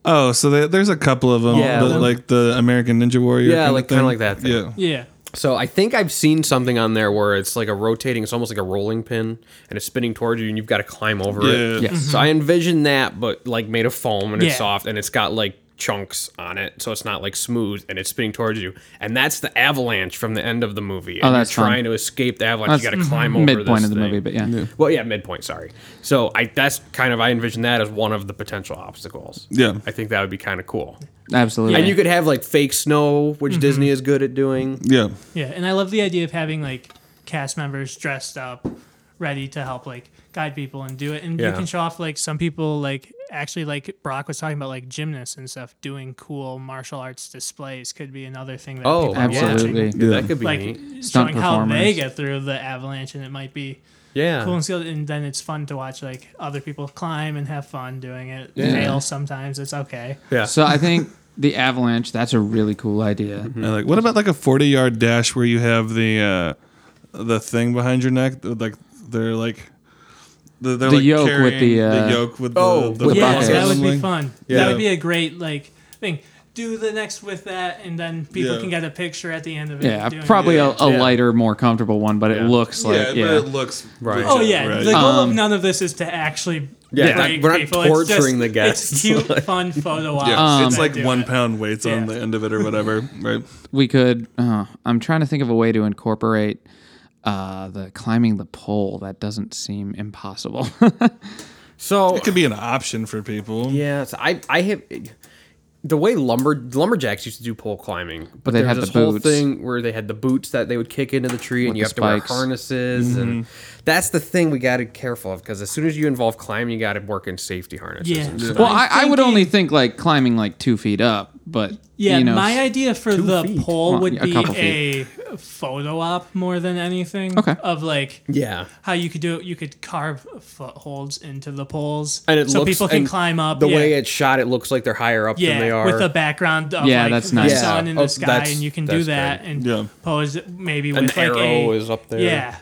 Speaker 3: Oh, so there, there's a couple of them,
Speaker 6: Yeah.
Speaker 3: but like the American Ninja Warrior.
Speaker 6: Yeah,
Speaker 3: kinda
Speaker 6: like- kinda
Speaker 3: thing.
Speaker 6: like that thing.
Speaker 3: Yeah.
Speaker 4: Yeah.
Speaker 6: So I think I've seen something on there where it's like a rotating. It's almost like a rolling pin, and it's spinning towards you, and you've got to climb over
Speaker 3: Yeah.
Speaker 6: it.
Speaker 5: Yes.
Speaker 6: So I envision that, but like made of foam, and it's
Speaker 4: Yeah.
Speaker 6: soft, and it's got like chunks on it, so it's not like smooth, and it's spinning towards you. And that's the avalanche from the end of the movie. And
Speaker 5: that's
Speaker 6: you're
Speaker 5: fun.
Speaker 6: trying to escape the avalanche. you
Speaker 5: That's
Speaker 6: got to climb over
Speaker 5: Midpoint
Speaker 6: this
Speaker 5: of the
Speaker 6: thing.
Speaker 5: movie, but yeah.
Speaker 6: Well, yeah, midpoint. Sorry. So I that's kind of I envision that as one of the potential obstacles.
Speaker 3: Yeah.
Speaker 6: I think that would be kind of cool.
Speaker 5: Absolutely.
Speaker 6: And you could have like fake snow, which
Speaker 5: Mm-hmm.
Speaker 6: Disney is good at doing.
Speaker 3: Yeah.
Speaker 4: Yeah. And I love the idea of having like cast members dressed up, ready to help like guide people and do it. And you
Speaker 6: Yeah.
Speaker 4: can show off like some people like actually like Brock was talking about like gymnasts and stuff doing cool martial arts displays could be another thing that
Speaker 6: Oh,
Speaker 4: people are watching.
Speaker 5: absolutely.
Speaker 6: Yeah, that could be
Speaker 4: Like
Speaker 6: neat.
Speaker 4: showing how they
Speaker 5: performers.
Speaker 4: get through the avalanche and it might be
Speaker 6: Yeah.
Speaker 4: cool and skilled, and then it's fun to watch like other people climb and have fun doing it.
Speaker 5: Yeah.
Speaker 4: Fail sometimes, it's okay.
Speaker 6: Yeah.
Speaker 5: So I think the avalanche. That's a really cool idea.
Speaker 3: And, like, what about like a 40 yard dash where you have the uh, the thing behind your neck? that, Like they're like the, they're
Speaker 5: The
Speaker 3: like
Speaker 5: yoke with
Speaker 3: carrying
Speaker 5: the, uh,
Speaker 3: the yoke with the,
Speaker 6: Oh,
Speaker 3: the
Speaker 6: with
Speaker 5: the
Speaker 4: yeah,
Speaker 5: bucket.
Speaker 4: that would be
Speaker 3: Like-
Speaker 4: fun. That
Speaker 6: Yeah.
Speaker 4: would be a great like thing. Do the next with that, and then people
Speaker 3: Yeah.
Speaker 4: can get a picture at the end of it.
Speaker 5: Yeah,
Speaker 4: doing
Speaker 5: probably
Speaker 4: it.
Speaker 5: a, a lighter, more comfortable one, but it
Speaker 6: Yeah.
Speaker 5: looks
Speaker 3: Yeah,
Speaker 5: like
Speaker 3: but
Speaker 5: yeah.
Speaker 3: it looks
Speaker 6: Right.
Speaker 3: legit,
Speaker 4: Oh yeah,
Speaker 3: right.
Speaker 4: the goal of none of this is to actually.
Speaker 6: Yeah,
Speaker 4: break
Speaker 6: we're not
Speaker 4: people. It's just-
Speaker 6: torturing the guests.
Speaker 4: It's cute, fun photo ops.
Speaker 5: Um,
Speaker 3: Yeah, it's
Speaker 4: that Um,
Speaker 3: like
Speaker 4: do
Speaker 3: one
Speaker 4: it.
Speaker 3: pound weights on
Speaker 4: Yeah.
Speaker 3: the end of it or whatever, right?
Speaker 5: we could. Uh, I'm trying to think of a way to incorporate uh, the climbing the pole. That doesn't seem impossible.
Speaker 6: So
Speaker 3: It could be an option for people.
Speaker 6: yeah, so I I have the way lumber lumberjacks used to do pole climbing, but,
Speaker 5: they'd
Speaker 6: there was
Speaker 5: have the
Speaker 6: this whole
Speaker 5: boots.
Speaker 6: thing where they had the boots that they would kick into the tree, and
Speaker 5: With
Speaker 6: you
Speaker 5: the
Speaker 6: have to wear
Speaker 5: spikes.
Speaker 6: harnesses, and
Speaker 4: Mm-hmm.
Speaker 6: that's the thing we got to be careful of because as soon as you involve climbing, you got to work in safety harnesses.
Speaker 4: Yeah.
Speaker 6: and
Speaker 4: Yeah.
Speaker 6: stuff.
Speaker 5: well, I, I would only think like climbing like two feet up, but
Speaker 4: Yeah,
Speaker 5: you know,
Speaker 4: my idea for the
Speaker 6: feet.
Speaker 4: poll
Speaker 5: Well,
Speaker 4: would
Speaker 5: yeah, a
Speaker 4: be
Speaker 5: couple
Speaker 4: a photo op more than anything.
Speaker 5: Okay.
Speaker 4: Of like
Speaker 6: yeah.
Speaker 4: how you could do it, you could carve footholds into the poles,
Speaker 6: And it
Speaker 4: so
Speaker 6: looks-
Speaker 4: people can
Speaker 6: and
Speaker 4: climb up.
Speaker 6: The
Speaker 4: yeah.
Speaker 6: way it's shot, it looks like they're higher up
Speaker 4: yeah,
Speaker 6: than they are.
Speaker 4: with a background of
Speaker 5: Yeah,
Speaker 4: like
Speaker 5: that's
Speaker 4: the
Speaker 5: nice.
Speaker 4: sun
Speaker 6: Yeah.
Speaker 4: in the
Speaker 6: Oh,
Speaker 4: sky,
Speaker 6: that's-
Speaker 4: and you can do
Speaker 6: that's
Speaker 4: that
Speaker 6: great.
Speaker 4: and
Speaker 3: Yeah.
Speaker 4: pose it maybe
Speaker 6: an
Speaker 4: with like
Speaker 6: arrow
Speaker 4: a
Speaker 6: is up there.
Speaker 4: yeah,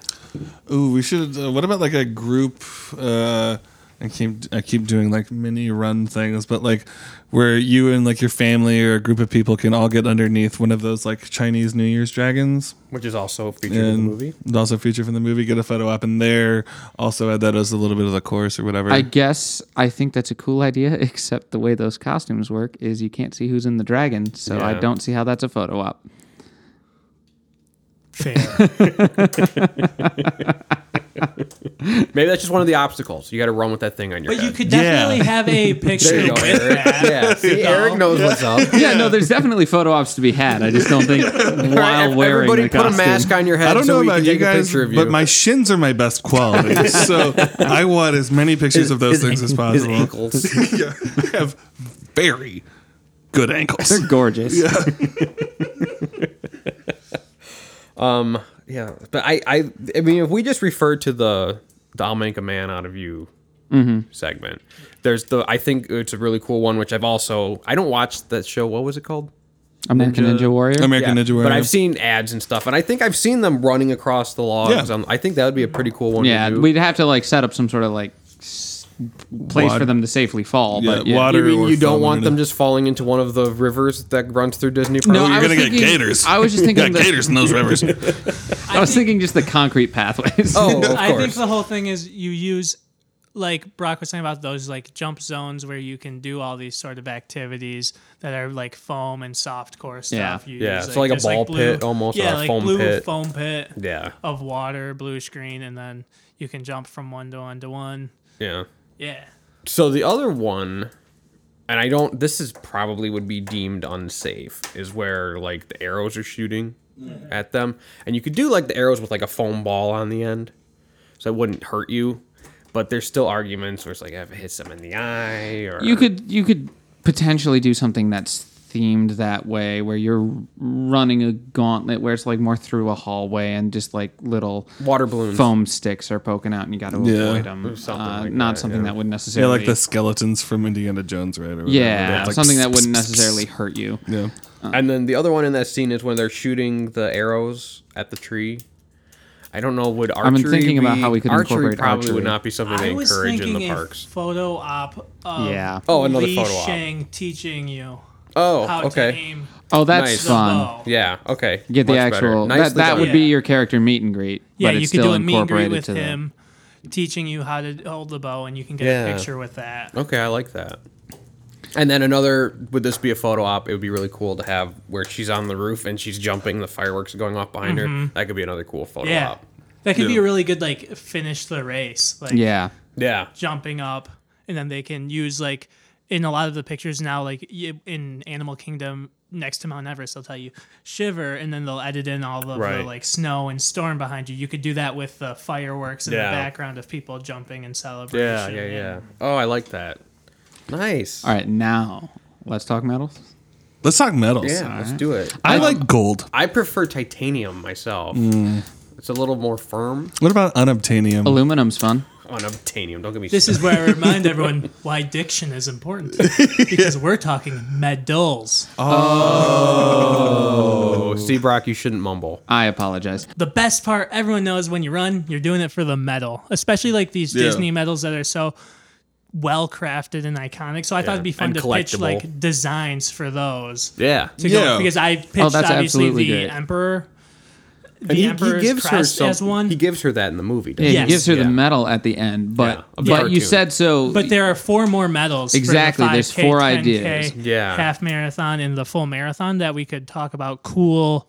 Speaker 3: Ooh, we should. Uh, what about like a group? Uh, I keep I keep doing like mini run things, but like where you and like your family or a group of people can all get underneath one of those like Chinese New Year's dragons,
Speaker 6: which is also featured in the
Speaker 3: and
Speaker 6: movie.
Speaker 3: and also feature from the movie. Get a photo op in there. Also add that as a little bit of the chorus or whatever.
Speaker 5: I guess I think that's a cool idea. Except the way those costumes work is you can't see who's in the dragon, so I
Speaker 6: Yeah.
Speaker 5: don't see how that's a photo op.
Speaker 4: fair.
Speaker 6: Maybe that's just one of the obstacles. You got to run with that thing on your
Speaker 4: But you
Speaker 6: head.
Speaker 4: could definitely have a picture
Speaker 6: there you go,
Speaker 4: with
Speaker 6: Eric.
Speaker 4: that.
Speaker 6: Yeah, see, Eric knows what's up.
Speaker 5: Yeah, no, there's definitely photo ops to be had. I just don't think while
Speaker 6: Ev-
Speaker 5: wearing
Speaker 6: Everybody
Speaker 5: the
Speaker 6: put a
Speaker 5: costume.
Speaker 6: mask on your head.
Speaker 3: I don't
Speaker 6: so
Speaker 3: know
Speaker 6: we
Speaker 3: about
Speaker 6: can
Speaker 3: you
Speaker 6: take a
Speaker 3: guys,
Speaker 6: picture of you.
Speaker 3: but my shins are my best quality, so I want as many pictures of those things as
Speaker 6: his
Speaker 3: possible.
Speaker 6: ankles.
Speaker 3: yeah, I have very good ankles.
Speaker 5: They're gorgeous.
Speaker 6: yeah, but I, I, I mean, if we just refer to the the "I'll make a man out of you"
Speaker 3: Mm-hmm.
Speaker 6: segment, there's the. I think it's a really cool one, which I've also. I don't watch that show. What was it called?
Speaker 5: American Ninja, Warrior.
Speaker 3: American
Speaker 6: Yeah,
Speaker 3: Ninja Warrior.
Speaker 6: But I've seen ads and stuff, and I think I've seen them running across the logs.
Speaker 3: Yeah.
Speaker 6: Um, I think that would be a pretty cool one.
Speaker 5: yeah,
Speaker 6: to do.
Speaker 5: we'd have to like set up some sort of like s- place
Speaker 3: Water-
Speaker 5: for them to safely fall.
Speaker 3: Yeah,
Speaker 5: but yeah.
Speaker 3: water-
Speaker 6: You mean
Speaker 3: or
Speaker 6: you don't
Speaker 3: film
Speaker 6: want
Speaker 3: or
Speaker 6: them
Speaker 3: no.
Speaker 6: just falling into one of the rivers that runs through Disney? Park?
Speaker 5: I
Speaker 3: you're
Speaker 5: was
Speaker 3: gonna get
Speaker 5: thinking-
Speaker 3: gators.
Speaker 5: I was just thinking.
Speaker 3: got
Speaker 5: the-
Speaker 3: gators in those rivers.
Speaker 5: I was thinking just the concrete pathways.
Speaker 6: Oh, of
Speaker 4: I think
Speaker 6: course.
Speaker 4: the whole thing is you use like Brock was saying about those like jump zones where you can do all these sort of activities that are like foam and soft core
Speaker 5: Yeah.
Speaker 4: stuff. You
Speaker 6: Yeah,
Speaker 4: use,
Speaker 6: it's like a
Speaker 4: just,
Speaker 6: ball pit almost,
Speaker 4: Yeah,
Speaker 6: or a
Speaker 4: like
Speaker 6: foam
Speaker 4: blue
Speaker 6: pit.
Speaker 4: foam pit
Speaker 6: Yeah.
Speaker 4: of water, bluish green, and then you can jump from one to one to one.
Speaker 6: Yeah.
Speaker 4: Yeah.
Speaker 6: So the other one, and I don't. This is probably would be deemed unsafe. Is where like the arrows are shooting
Speaker 5: Mm-hmm.
Speaker 6: at them, and you could do like the arrows with like a foam ball on the end, so it wouldn't hurt you. But there's still arguments where it's like if it hits them in the eye, or
Speaker 5: You could you could potentially do something that's themed that way, where you're running a gauntlet, where it's like more through a hallway and just like little
Speaker 6: Water balloons.
Speaker 5: foam sticks are poking out, and you got to
Speaker 3: Yeah.
Speaker 5: avoid them.
Speaker 6: something like
Speaker 5: not
Speaker 6: that,
Speaker 5: something
Speaker 6: yeah.
Speaker 5: that would
Speaker 3: Yeah,
Speaker 5: necessarily
Speaker 3: like the skeletons from Indiana Jones, right? Or whatever.
Speaker 5: yeah,
Speaker 3: It's like-
Speaker 5: something that wouldn't necessarily hurt you.
Speaker 3: Yeah.
Speaker 5: Uh-huh.
Speaker 6: And then the other one in that scene is when they're shooting the arrows at the tree. I don't know. Would archery?
Speaker 5: been thinking about
Speaker 6: be-
Speaker 5: how we could
Speaker 6: archery
Speaker 5: incorporate
Speaker 6: probably
Speaker 5: archery.
Speaker 6: would not be something
Speaker 4: I
Speaker 6: they
Speaker 4: was
Speaker 6: encourage in
Speaker 4: thinking
Speaker 6: the
Speaker 4: a
Speaker 6: parks.
Speaker 4: photo op. Of
Speaker 5: Yeah.
Speaker 6: Oh, another
Speaker 4: Lee
Speaker 6: photo op.
Speaker 4: Shang teaching you
Speaker 6: Oh,
Speaker 4: how to
Speaker 6: okay.
Speaker 4: aim
Speaker 5: Oh, that's
Speaker 6: Nice.
Speaker 5: fun.
Speaker 4: the bow.
Speaker 6: Yeah. Okay.
Speaker 5: Get the
Speaker 6: Much better.
Speaker 5: actual
Speaker 6: Nicely
Speaker 5: that, that
Speaker 6: done.
Speaker 5: would be
Speaker 4: Yeah.
Speaker 5: your character meet and greet.
Speaker 4: Yeah,
Speaker 5: but
Speaker 4: you
Speaker 5: it's
Speaker 4: could
Speaker 5: still
Speaker 4: do a meet and greet
Speaker 5: incorporated
Speaker 4: with
Speaker 5: to the-
Speaker 4: him, teaching you how to hold the bow, and you can get a
Speaker 6: Yeah.
Speaker 4: picture with that.
Speaker 6: Okay, I like that. And then another would this be a photo op? It would be really cool to have where she's on the roof and she's jumping, the fireworks are going off behind her. That could be another cool photo
Speaker 4: Mm-hmm. Yeah,
Speaker 6: op.
Speaker 4: that could be a really good like finish the race, like
Speaker 5: Yeah.
Speaker 6: Yeah.
Speaker 4: jumping up, and then they can use like in a lot of the pictures now, like y- in Animal Kingdom next to Mount Everest, they'll tell you shiver, and then they'll edit in all of the
Speaker 6: Right.
Speaker 4: like snow and storm behind you. You could do that with the fireworks in
Speaker 6: Yeah.
Speaker 4: the background of people jumping and celebration.
Speaker 6: Yeah, yeah, yeah. Oh, I like that. Nice.
Speaker 5: All right, now let's talk metals.
Speaker 3: Let's talk metals.
Speaker 6: Yeah, let's do it.
Speaker 5: Um,
Speaker 3: I like gold.
Speaker 6: I prefer titanium myself. It's a little more firm.
Speaker 3: What about unobtainium?
Speaker 5: Aluminum's fun.
Speaker 6: Oh, no, titanium. Don't get me
Speaker 4: This
Speaker 6: started.
Speaker 4: is where I remind everyone why diction is important because we're talking medals.
Speaker 6: Oh, see, Brock, you shouldn't mumble.
Speaker 5: I apologize.
Speaker 4: The best part, everyone knows when you run, you're doing it for the medal, especially like these
Speaker 3: Yeah.
Speaker 4: Disney medals that are so well crafted and iconic. So I thought it'd be fun
Speaker 6: and
Speaker 4: to pitch
Speaker 6: collectible.
Speaker 4: like designs for those
Speaker 6: Yeah.
Speaker 4: to
Speaker 3: Yeah.
Speaker 4: go because I pitched
Speaker 5: Oh, that's
Speaker 4: obviously
Speaker 5: absolutely
Speaker 4: the
Speaker 5: great.
Speaker 4: emperor. The
Speaker 6: And he, he
Speaker 4: emperor's
Speaker 6: gives her
Speaker 4: crest
Speaker 6: some,
Speaker 4: as one,
Speaker 6: He gives her that in the movie. doesn't
Speaker 5: Yeah,
Speaker 6: he?
Speaker 5: He gives her the
Speaker 6: Yeah.
Speaker 5: medal at the end, but
Speaker 6: Yeah, of the
Speaker 5: but you
Speaker 6: cartoon.
Speaker 5: said so.
Speaker 4: but there are four more medals. for the
Speaker 5: Exactly, there's
Speaker 4: 5K,
Speaker 5: four
Speaker 4: 10K,
Speaker 5: ideas.
Speaker 6: Yeah.
Speaker 4: half marathon and the full marathon that we could talk about cool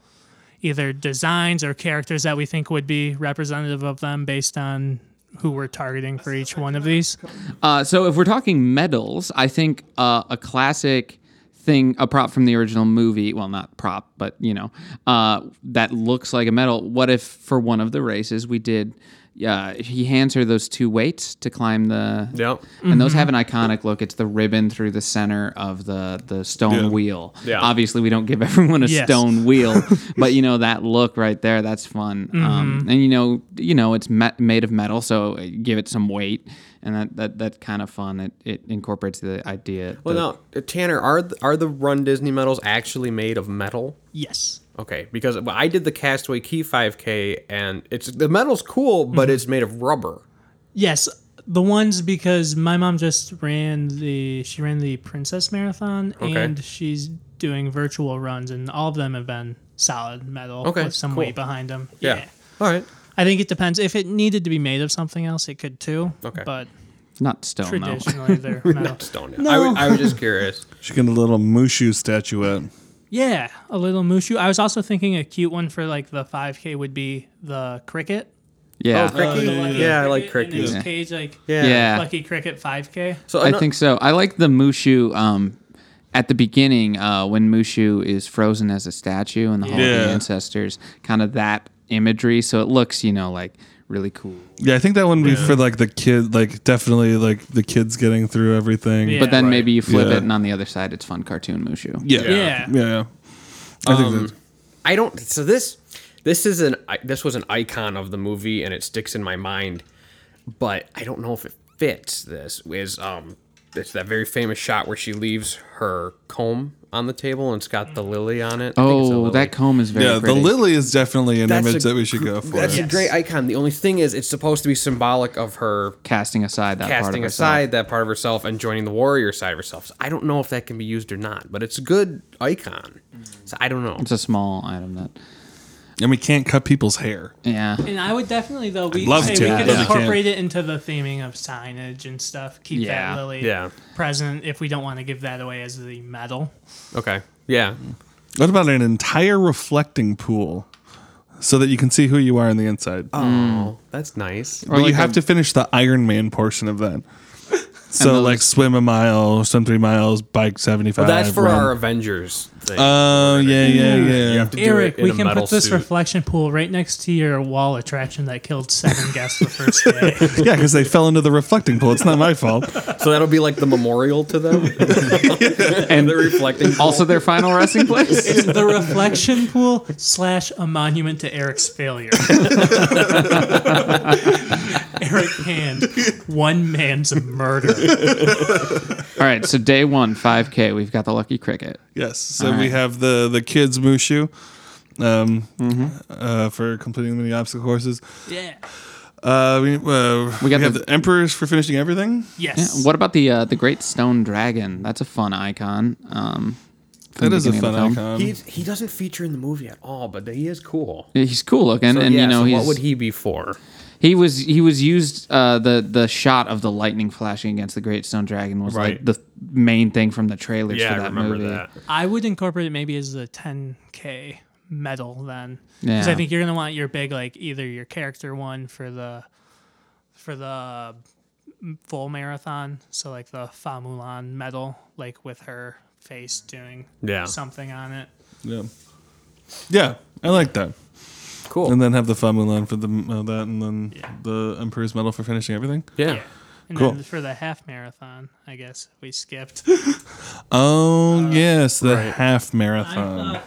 Speaker 4: either designs or characters that we think would be representative of them based on who we're targeting for each one of these.
Speaker 5: Uh, so if we're talking medals, I think uh, a classic thing, a prop from the original movie, well, not prop, but you know, uh, that looks like a medal. What if for one of the races we did? Yeah, he hands her those two weights to climb the.
Speaker 6: Yep.
Speaker 5: And
Speaker 4: Mm-hmm.
Speaker 5: those have an iconic look. It's the ribbon through the center of the the stone wheel.
Speaker 6: Yeah.
Speaker 5: Obviously, we don't give everyone a
Speaker 4: Yes.
Speaker 5: stone wheel, but you know that look right there. That's fun.
Speaker 4: Mm-hmm.
Speaker 5: Um, and you know, you know, it's me- made of metal, so give it some weight, and that that that's kind of fun. It it incorporates the idea.
Speaker 6: Well,
Speaker 5: that-
Speaker 6: now, uh, Tanner, are th- are the Run Disney medals actually made of metal?
Speaker 4: Yes.
Speaker 6: Okay, because well, I did the Castaway Key 5K, and it's the metal's cool,
Speaker 4: Mm-hmm.
Speaker 6: but it's made of rubber.
Speaker 4: Yes. The ones because my mom just ran the she ran the princess marathon
Speaker 6: Okay.
Speaker 4: and she's doing virtual runs and all of them have been solid metal
Speaker 6: Okay,
Speaker 4: with some
Speaker 6: cool.
Speaker 4: weight behind them. yeah.
Speaker 6: All right.
Speaker 4: I think it depends. If it needed to be made of something else, it could too.
Speaker 6: Okay.
Speaker 4: But
Speaker 5: not stone though.
Speaker 4: traditionally they're metal.
Speaker 6: Just don't know. I, w- I was just curious.
Speaker 3: She got a little Mushu statuette.
Speaker 4: Yeah, a little mushu. I was also thinking a cute one for like the 5K would be the cricket.
Speaker 5: Yeah.
Speaker 6: Cricky?
Speaker 4: The lucky
Speaker 6: yeah, I like
Speaker 4: cricket in
Speaker 6: Cricky.
Speaker 4: his cage, like
Speaker 6: Oh, Yeah.
Speaker 5: Yeah.
Speaker 4: lucky cricket 5K.
Speaker 6: So
Speaker 5: I
Speaker 6: ano-
Speaker 5: think so. I like the Mushu um, at the beginning uh, when Mushu is frozen as a statue in the Hall of
Speaker 3: Yeah.
Speaker 5: the Ancestors, kind of that imagery. So it looks, you know, like really cool.
Speaker 3: Yeah, I think that one would be for like the kid, like definitely like the kids getting through everything.
Speaker 4: Yeah.
Speaker 5: But then maybe you flip
Speaker 3: Yeah.
Speaker 5: it, and on the other side, it's fun cartoon Mushu.
Speaker 3: Yeah. Um,
Speaker 4: Yeah.
Speaker 3: Yeah. yeah. I think that's.
Speaker 6: I don't. So this this is an I- this was an icon of the movie, and it sticks in my mind. But I don't know if it fits. This is um, it's that very famous shot where she leaves her comb on the table, and it's got the lily on it. I think it's a
Speaker 5: Oh,
Speaker 6: lily.
Speaker 5: that comb is very
Speaker 3: Yeah,
Speaker 5: pretty.
Speaker 3: the lily is definitely an
Speaker 6: That's
Speaker 3: image
Speaker 6: a
Speaker 3: that we should go for.
Speaker 6: That's a great icon. The only thing is, it's supposed to be symbolic of her
Speaker 5: casting aside that part of
Speaker 6: casting
Speaker 5: herself.
Speaker 6: aside that part of herself and joining the warrior side of herself. So I don't know if that
Speaker 5: Mm.
Speaker 6: can be used or not, but it's a good icon. So I don't know.
Speaker 5: It's a small item that.
Speaker 3: and we can't cut people's hair.
Speaker 5: Yeah.
Speaker 4: And I would definitely though we
Speaker 3: love
Speaker 4: say
Speaker 3: to,
Speaker 4: we
Speaker 3: but
Speaker 4: could
Speaker 3: we can't.
Speaker 4: incorporate it into the theming of signage and stuff. Keep
Speaker 5: Yeah,
Speaker 4: that lily
Speaker 6: yeah.
Speaker 4: present if we don't want to give that away as the medal.
Speaker 6: Okay. Yeah.
Speaker 5: Mm-hmm.
Speaker 3: What about an entire reflecting pool so that you can see who you are on the inside?
Speaker 6: Oh, that's nice.
Speaker 3: but
Speaker 5: like
Speaker 3: you have
Speaker 5: a-
Speaker 3: to finish the Iron Man portion of that. So
Speaker 5: those-
Speaker 3: like swim a mile, swim three miles, bike seventy five.
Speaker 6: that's for our Avengers thing.
Speaker 5: Uh,
Speaker 3: Oh yeah, yeah, yeah.
Speaker 6: You have to do
Speaker 4: Eric,
Speaker 6: it in
Speaker 4: we
Speaker 6: a
Speaker 4: can
Speaker 6: metal
Speaker 4: put this
Speaker 6: suit.
Speaker 4: reflection pool right next to your wall attraction that killed seven guests the first day.
Speaker 3: yeah, because they fell into the reflecting pool. It's not my fault.
Speaker 6: so that'll be like the memorial to them. and they're reflecting.
Speaker 5: Also, their final resting place.
Speaker 4: the reflection pool slash a monument to Eric's failure. Eric Hand, one man's murder.
Speaker 5: All right. So day one, 5K. We've got the lucky cricket.
Speaker 3: Yes. So we have the the kids Mushu, um,
Speaker 6: Mm-hmm.
Speaker 3: uh, for completing the mini obstacle courses.
Speaker 4: Yeah.
Speaker 3: Uh, we, uh, we
Speaker 5: got
Speaker 3: have
Speaker 5: the-
Speaker 3: the emperors for finishing everything.
Speaker 5: Yeah,
Speaker 4: Yes.
Speaker 5: what about the uh, the Great Stone Dragon? That's a fun icon. Um, from
Speaker 3: That
Speaker 5: the
Speaker 3: is a
Speaker 5: beginning of
Speaker 3: fun
Speaker 5: the film.
Speaker 3: icon.
Speaker 6: He, he doesn't feature in the movie at all, but he is cool.
Speaker 5: Yeah, He's cool looking,
Speaker 6: So,
Speaker 5: and
Speaker 6: yeah,
Speaker 5: you know
Speaker 6: so
Speaker 5: he's
Speaker 6: what would he be for?
Speaker 5: he was he was used uh, the the shot of the lightning flashing against the Great Stone Dragon was like
Speaker 6: Right.
Speaker 5: the main thing from the trailers
Speaker 6: Yeah,
Speaker 5: for
Speaker 6: I
Speaker 5: that
Speaker 6: remember
Speaker 5: movie.
Speaker 6: that.
Speaker 4: I would incorporate it maybe as the 10k medal then, because
Speaker 5: Yeah.
Speaker 4: I think you're gonna want your big like either your character one for the for the full marathon, so like the Fa Mulan medal, like with her face doing
Speaker 6: Yeah.
Speaker 4: something on it.
Speaker 3: Yeah. Yeah, I like that.
Speaker 6: Cool.
Speaker 3: And then have the fun Mulan for the uh, that, and then the emperor's medal for finishing everything.
Speaker 6: yeah.
Speaker 4: And
Speaker 3: Cool.
Speaker 4: then for the half marathon, I guess we skipped.
Speaker 6: Uh,
Speaker 3: Oh yes, the half marathon.
Speaker 4: I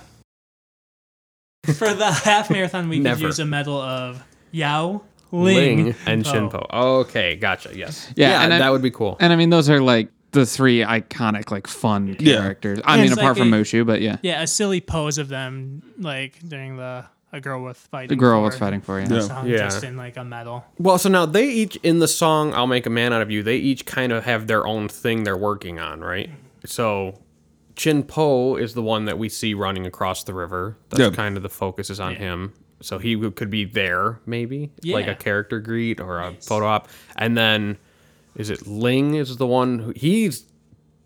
Speaker 4: thought- for the half marathon, we could
Speaker 6: Never.
Speaker 4: use a medal of Yao Ling,
Speaker 6: Ling, and
Speaker 4: Oh.
Speaker 6: Shinpo. Okay, gotcha. Yes.
Speaker 5: Yeah, and I-
Speaker 6: that would be cool.
Speaker 5: And I mean, those are like the three iconic, like fun characters. I
Speaker 4: Yeah,
Speaker 5: mean,
Speaker 4: it's
Speaker 5: apart
Speaker 4: like
Speaker 5: from
Speaker 4: a-
Speaker 5: Mushu, but yeah,
Speaker 4: Yeah, a silly pose of them like during the a girl with fighting.
Speaker 5: the girl was
Speaker 4: for
Speaker 5: fighting for you.
Speaker 3: Yeah.
Speaker 4: Song
Speaker 6: Yeah.
Speaker 4: just in like a medal.
Speaker 6: Well, so now they each in the song "I'll Make a Man Out of You." They each kind of have their own thing they're working on, right? So, Chin Po is the one that we see running across the river. That's
Speaker 3: Yeah.
Speaker 6: kind of the focus is on him. So he w- could be there, maybe like
Speaker 4: Yeah.
Speaker 6: a character greet or a photo op. And then, is it Ling? Is the one who he's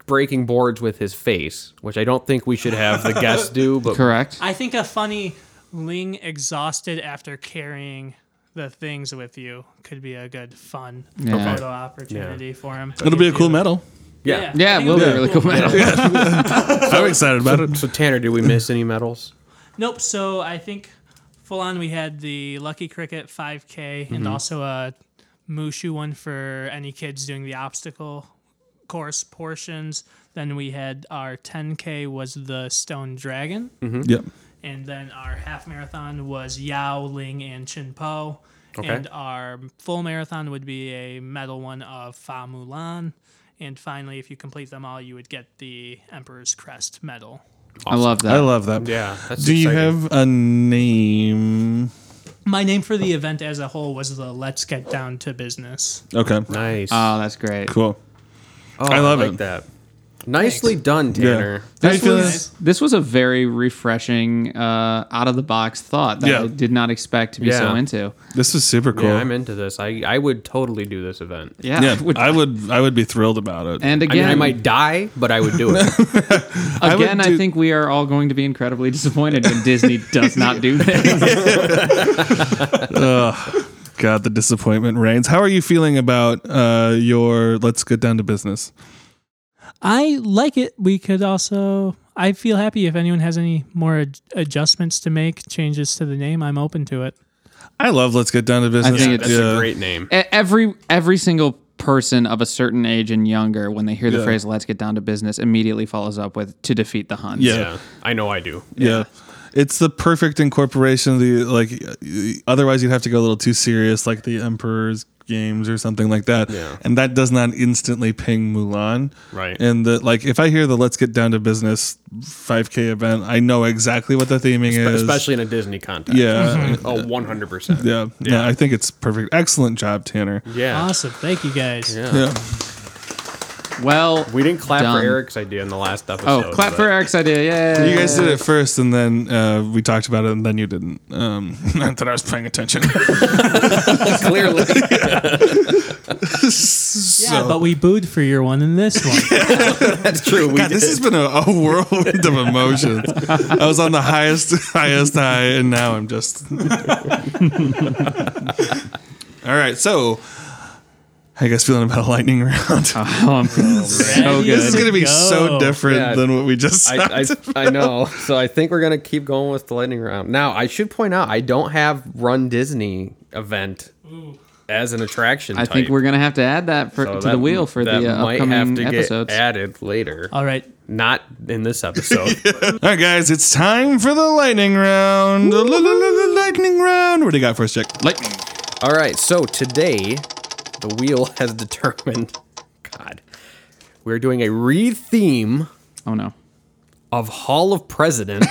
Speaker 6: breaking boards with his face, which I don't think we should have the guests do. But
Speaker 5: Correct.
Speaker 4: I think a funny Ling exhausted after carrying the things with you could be a good fun
Speaker 5: Yeah.
Speaker 4: photo opportunity for him.
Speaker 3: It'll be a cool medal.
Speaker 6: yeah.
Speaker 4: I
Speaker 5: Yeah, it
Speaker 4: think
Speaker 5: will be
Speaker 4: it'll
Speaker 5: a really cool medal.
Speaker 3: I'm excited about it.
Speaker 6: So Tanner, did we miss any medals?
Speaker 4: Nope. So I think full on we had the Lucky Cricket 5K and also a Mushu one for any kids doing the obstacle course portions. Then we had our 10K was the Stone Dragon.
Speaker 3: Yep.
Speaker 4: And then our half marathon was Yao, Ling, and Chin Po. And our full marathon would be a medal one of Fa Mulan. And finally, if you complete them all, you would get the Emperor's Crest medal.
Speaker 5: I love that.
Speaker 3: I love that.
Speaker 6: Yeah. That's
Speaker 3: Do you
Speaker 6: exciting.
Speaker 3: have a name?
Speaker 4: My name for the event as a whole was the Let's Get Down to Business.
Speaker 3: Okay.
Speaker 6: nice?
Speaker 3: Uh,
Speaker 5: oh, that's great.
Speaker 3: Cool.
Speaker 6: Oh,
Speaker 3: I love
Speaker 6: like
Speaker 3: it.
Speaker 6: that. Nicely done, Tanner.
Speaker 3: How you
Speaker 5: This
Speaker 3: feeling?
Speaker 5: was, this was a very refreshing, uh, out of the box thought that I
Speaker 3: Yeah.
Speaker 5: did not expect to be so
Speaker 6: Yeah.
Speaker 5: into.
Speaker 3: This was super
Speaker 6: Yeah,
Speaker 3: cool.
Speaker 6: I'm into this. I, I would totally do this event.
Speaker 5: Yeah,
Speaker 3: Yeah,
Speaker 5: I would-
Speaker 3: I would I would be thrilled about it.
Speaker 5: and
Speaker 6: I mean,
Speaker 5: again,
Speaker 6: I might die, but I would do it.
Speaker 3: I would
Speaker 5: Again, I,
Speaker 3: do-
Speaker 5: think we are all going to be incredibly disappointed when Disney does not do this.
Speaker 3: God, the disappointment reigns. How are you feeling about uh, your let's get down to business?
Speaker 4: I like it. We could also, I feel happy if anyone has any more ad- adjustments to make, changes to the name, I'm open to it.
Speaker 3: I love let's get down to business.
Speaker 5: think
Speaker 6: That's
Speaker 5: it's-
Speaker 6: a great name.
Speaker 5: E- every every single person of a certain age and younger, when they hear the
Speaker 3: Yeah.
Speaker 5: phrase "Let's get down to business," immediately follows up with "To defeat the Huns."
Speaker 3: Yeah.
Speaker 6: Yeah, I know I do.
Speaker 3: yeah. It's the perfect incorporation of the like uh, otherwise you'd have to go a little too serious like the Emperor's games or something like that.
Speaker 6: Yeah.
Speaker 3: And that does not instantly ping Mulan.
Speaker 6: Right.
Speaker 3: And the like if I hear the let's get down to business 5k event, I know exactly what the theming
Speaker 6: But
Speaker 3: is.
Speaker 6: especially in a Disney context.
Speaker 3: Yeah.
Speaker 6: Oh, 100%.
Speaker 3: yeah. Yeah, I
Speaker 5: Ah,
Speaker 3: think it's perfect. Excellent job, Tanner.
Speaker 6: Yeah.
Speaker 4: Awesome. Thank you guys.
Speaker 3: Yeah.
Speaker 5: Well,
Speaker 6: We didn't clap
Speaker 5: done.
Speaker 6: for Eric's idea in the last episode.
Speaker 5: Oh, clap
Speaker 6: but-
Speaker 5: for Eric's idea! Yeah,
Speaker 3: You guys did it first, and then uh, we talked about it, and then you didn't. Um, not that I was paying attention.
Speaker 5: clearly.
Speaker 4: Yeah, but we booed for your one and this one.
Speaker 6: That's true. We
Speaker 3: God, this has been a, a whirlwind of emotions. I was on the highest, highest high, and now I'm just. All right, so how you guys feeling about a lightning round?
Speaker 6: Uh,
Speaker 5: Oh,
Speaker 4: so
Speaker 3: this is going to be so different
Speaker 6: Yeah.
Speaker 3: than what we just.
Speaker 6: I,
Speaker 3: sounded.
Speaker 6: I, I know. So I think we're gonna keep going with the lightning round. Now I should point out I don't have Run Disney event as an attraction.
Speaker 5: I think
Speaker 6: type.
Speaker 5: we're gonna have to add that for,
Speaker 6: So
Speaker 5: to
Speaker 6: that-
Speaker 5: the wheel for
Speaker 6: that
Speaker 5: the uh,
Speaker 6: might
Speaker 5: upcoming
Speaker 6: have to get
Speaker 5: episodes.
Speaker 6: added later.
Speaker 4: All right.
Speaker 6: Not in this episode.
Speaker 3: All right, guys, it's time for the lightning round. La- la- la- la- Lightning round. What do you got for us, Jack?
Speaker 6: lightning. All right. So today, the wheel has determined. God, we're doing a re-theme
Speaker 5: oh no!
Speaker 6: of Hall of Presidents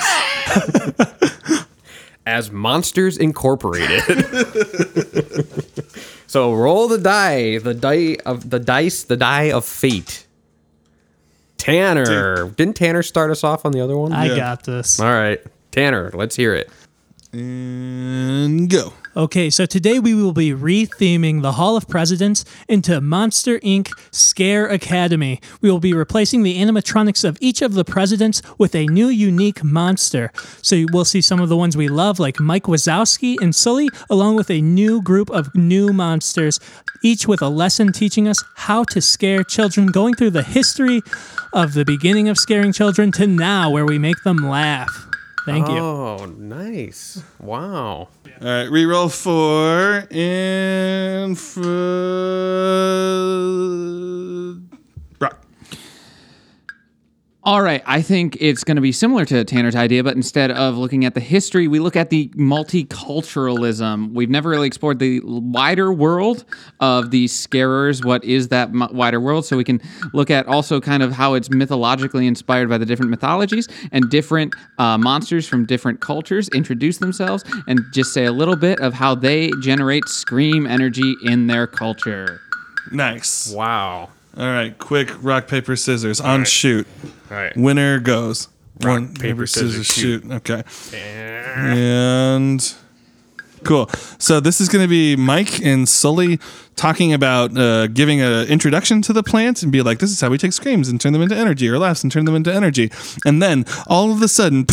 Speaker 6: as Monsters Incorporated. so roll the die, the die of the dice, the die of fate. Tanner, didn't Tanner start us off on the other one?
Speaker 4: I
Speaker 3: Yeah.
Speaker 4: got this.
Speaker 6: All right, Tanner, let's hear it.
Speaker 3: And go.
Speaker 4: Okay, so today we will be retheming the Hall of Presidents into Monster Inc. Scare Academy. We will be replacing the animatronics of each of the presidents with a new unique monster. So you will see some of the ones we love, like Mike Wazowski and Sully, along with a new group of new monsters, each with a lesson teaching us how to scare children, going through the history of the beginning of scaring children to now, where we make them laugh. Thank you.
Speaker 6: Oh, nice! Wow.
Speaker 3: All right, reroll four and for Brock.
Speaker 5: All right, I think it's gonna be similar to Tanner's idea, but instead of looking at the history, we look at the multiculturalism. We've never really explored the wider world of the scarers. What is that mu- wider world? So we can look at also kind of how it's mythologically inspired by the different mythologies and different uh, monsters from different cultures introduce themselves and just say a little bit of how they generate scream energy in their culture.
Speaker 3: Nice.
Speaker 6: Wow.
Speaker 3: All right, quick rock paper scissors on shoot.
Speaker 6: All right.
Speaker 3: Winner goes. Rock,
Speaker 6: paper, scissors, shoot.
Speaker 3: Okay. And cool. So this is going to be Mike and Sully talking about uh, giving an introduction to the plant and be like, "This is how we take screams and turn them into energy, or laughs and turn them into energy." And then all of a sudden,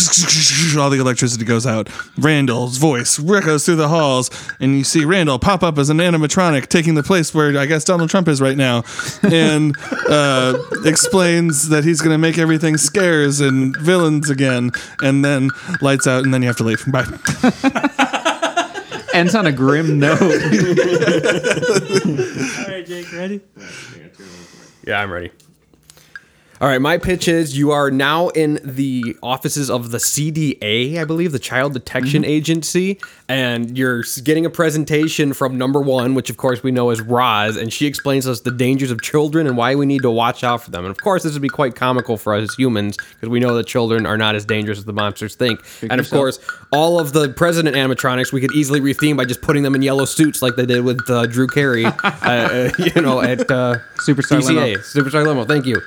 Speaker 3: all the electricity goes out. Randall's voice echoes through the halls, and you see Randall pop up as an animatronic taking the place where I guess Donald Trump is right now, and uh, explains that he's going to make everything scares and villains again, and then lights out, and then you have to leave. Bye.
Speaker 5: Ends on a grim note.
Speaker 4: All right, Jake, ready?
Speaker 6: Yeah, I'm ready. All right, my pitch is you are now in the offices of the CDA, I believe, the Child Detection
Speaker 5: Mm-hmm.
Speaker 6: Agency, and you're s- getting a presentation from number one, which of course we know is Roz, and she explains us the dangers of children and why we need to watch out for them. And of course, this would be quite comical for us as humans because we know that children are not as dangerous as the monsters think. and of
Speaker 5: yourself.
Speaker 6: course, all of the president animatronics we could easily retheme by just putting them in yellow suits like they did with uh, Drew Carey, uh, uh, you know, at uh,
Speaker 5: Superstar
Speaker 6: DCA.
Speaker 5: Limo.
Speaker 6: Superstar Limo. Thank you.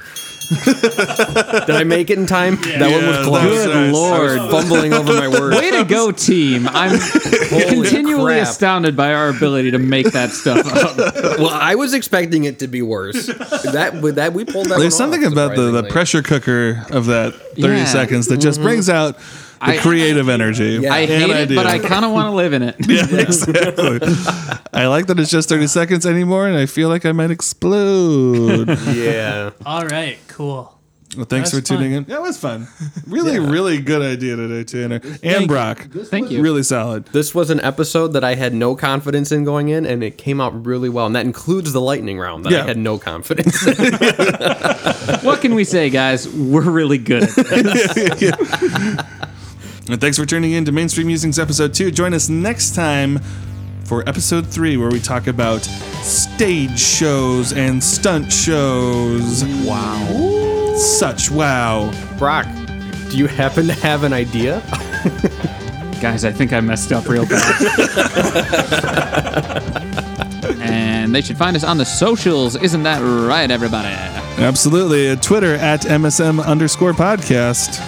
Speaker 6: Did I make it in time? That one
Speaker 3: Yeah,
Speaker 6: was close.
Speaker 3: that was Good nice.
Speaker 6: lord, fumbling over my words.
Speaker 5: Way to go, team! I'm continually
Speaker 6: crap.
Speaker 5: astounded by our ability to make that stuff up.
Speaker 6: Well, I was expecting it to be worse. That that we pulled that.
Speaker 3: There's
Speaker 6: one off,
Speaker 3: something about the, the
Speaker 6: surprisingly.
Speaker 3: pressure cooker of that 30
Speaker 5: Yeah.
Speaker 3: seconds that just brings out the
Speaker 5: I-
Speaker 3: creative energy.
Speaker 6: Yeah.
Speaker 5: I
Speaker 6: An
Speaker 5: hate it, but I
Speaker 3: idea.
Speaker 5: kind of want to live in it.
Speaker 3: Yeah, exactly. I like that it's just 30 seconds anymore, and I feel like I might explode. well,
Speaker 6: Yeah.
Speaker 4: All right, cool. That's
Speaker 3: thanks for tuning
Speaker 4: fun.
Speaker 3: in. That was fun. Really, really good idea today, Tanner and Brock.
Speaker 5: Thank you.
Speaker 3: Really solid.
Speaker 6: This was an episode that I had no confidence in going in, and it came out really well. And that includes the lightning round that
Speaker 3: Yeah.
Speaker 6: I had no confidence. in.
Speaker 5: What can we say, guys? We're really good. At this.
Speaker 3: And thanks for tuning in to Mainstream Musings episode two. Join us next time for episode three, where we talk about stage shows and stunt shows. Wow. Such wow.
Speaker 6: Brock, do you happen to have an idea?
Speaker 5: guys, I think I messed up real bad. and they should find us on the socials. Isn't that right, everybody?
Speaker 3: Absolutely. Uh, Twitter at MSM underscore podcast.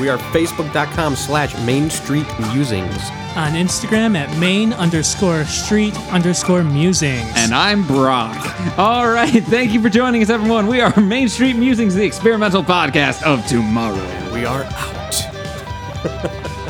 Speaker 6: We are facebook.com slash Main Street Musings.
Speaker 4: On Instagram at main underscore street underscore musings.
Speaker 5: And I'm Brock. All right. Thank you for joining us, everyone. We are Main Street Musings, the experimental podcast of tomorrow.
Speaker 6: We are out.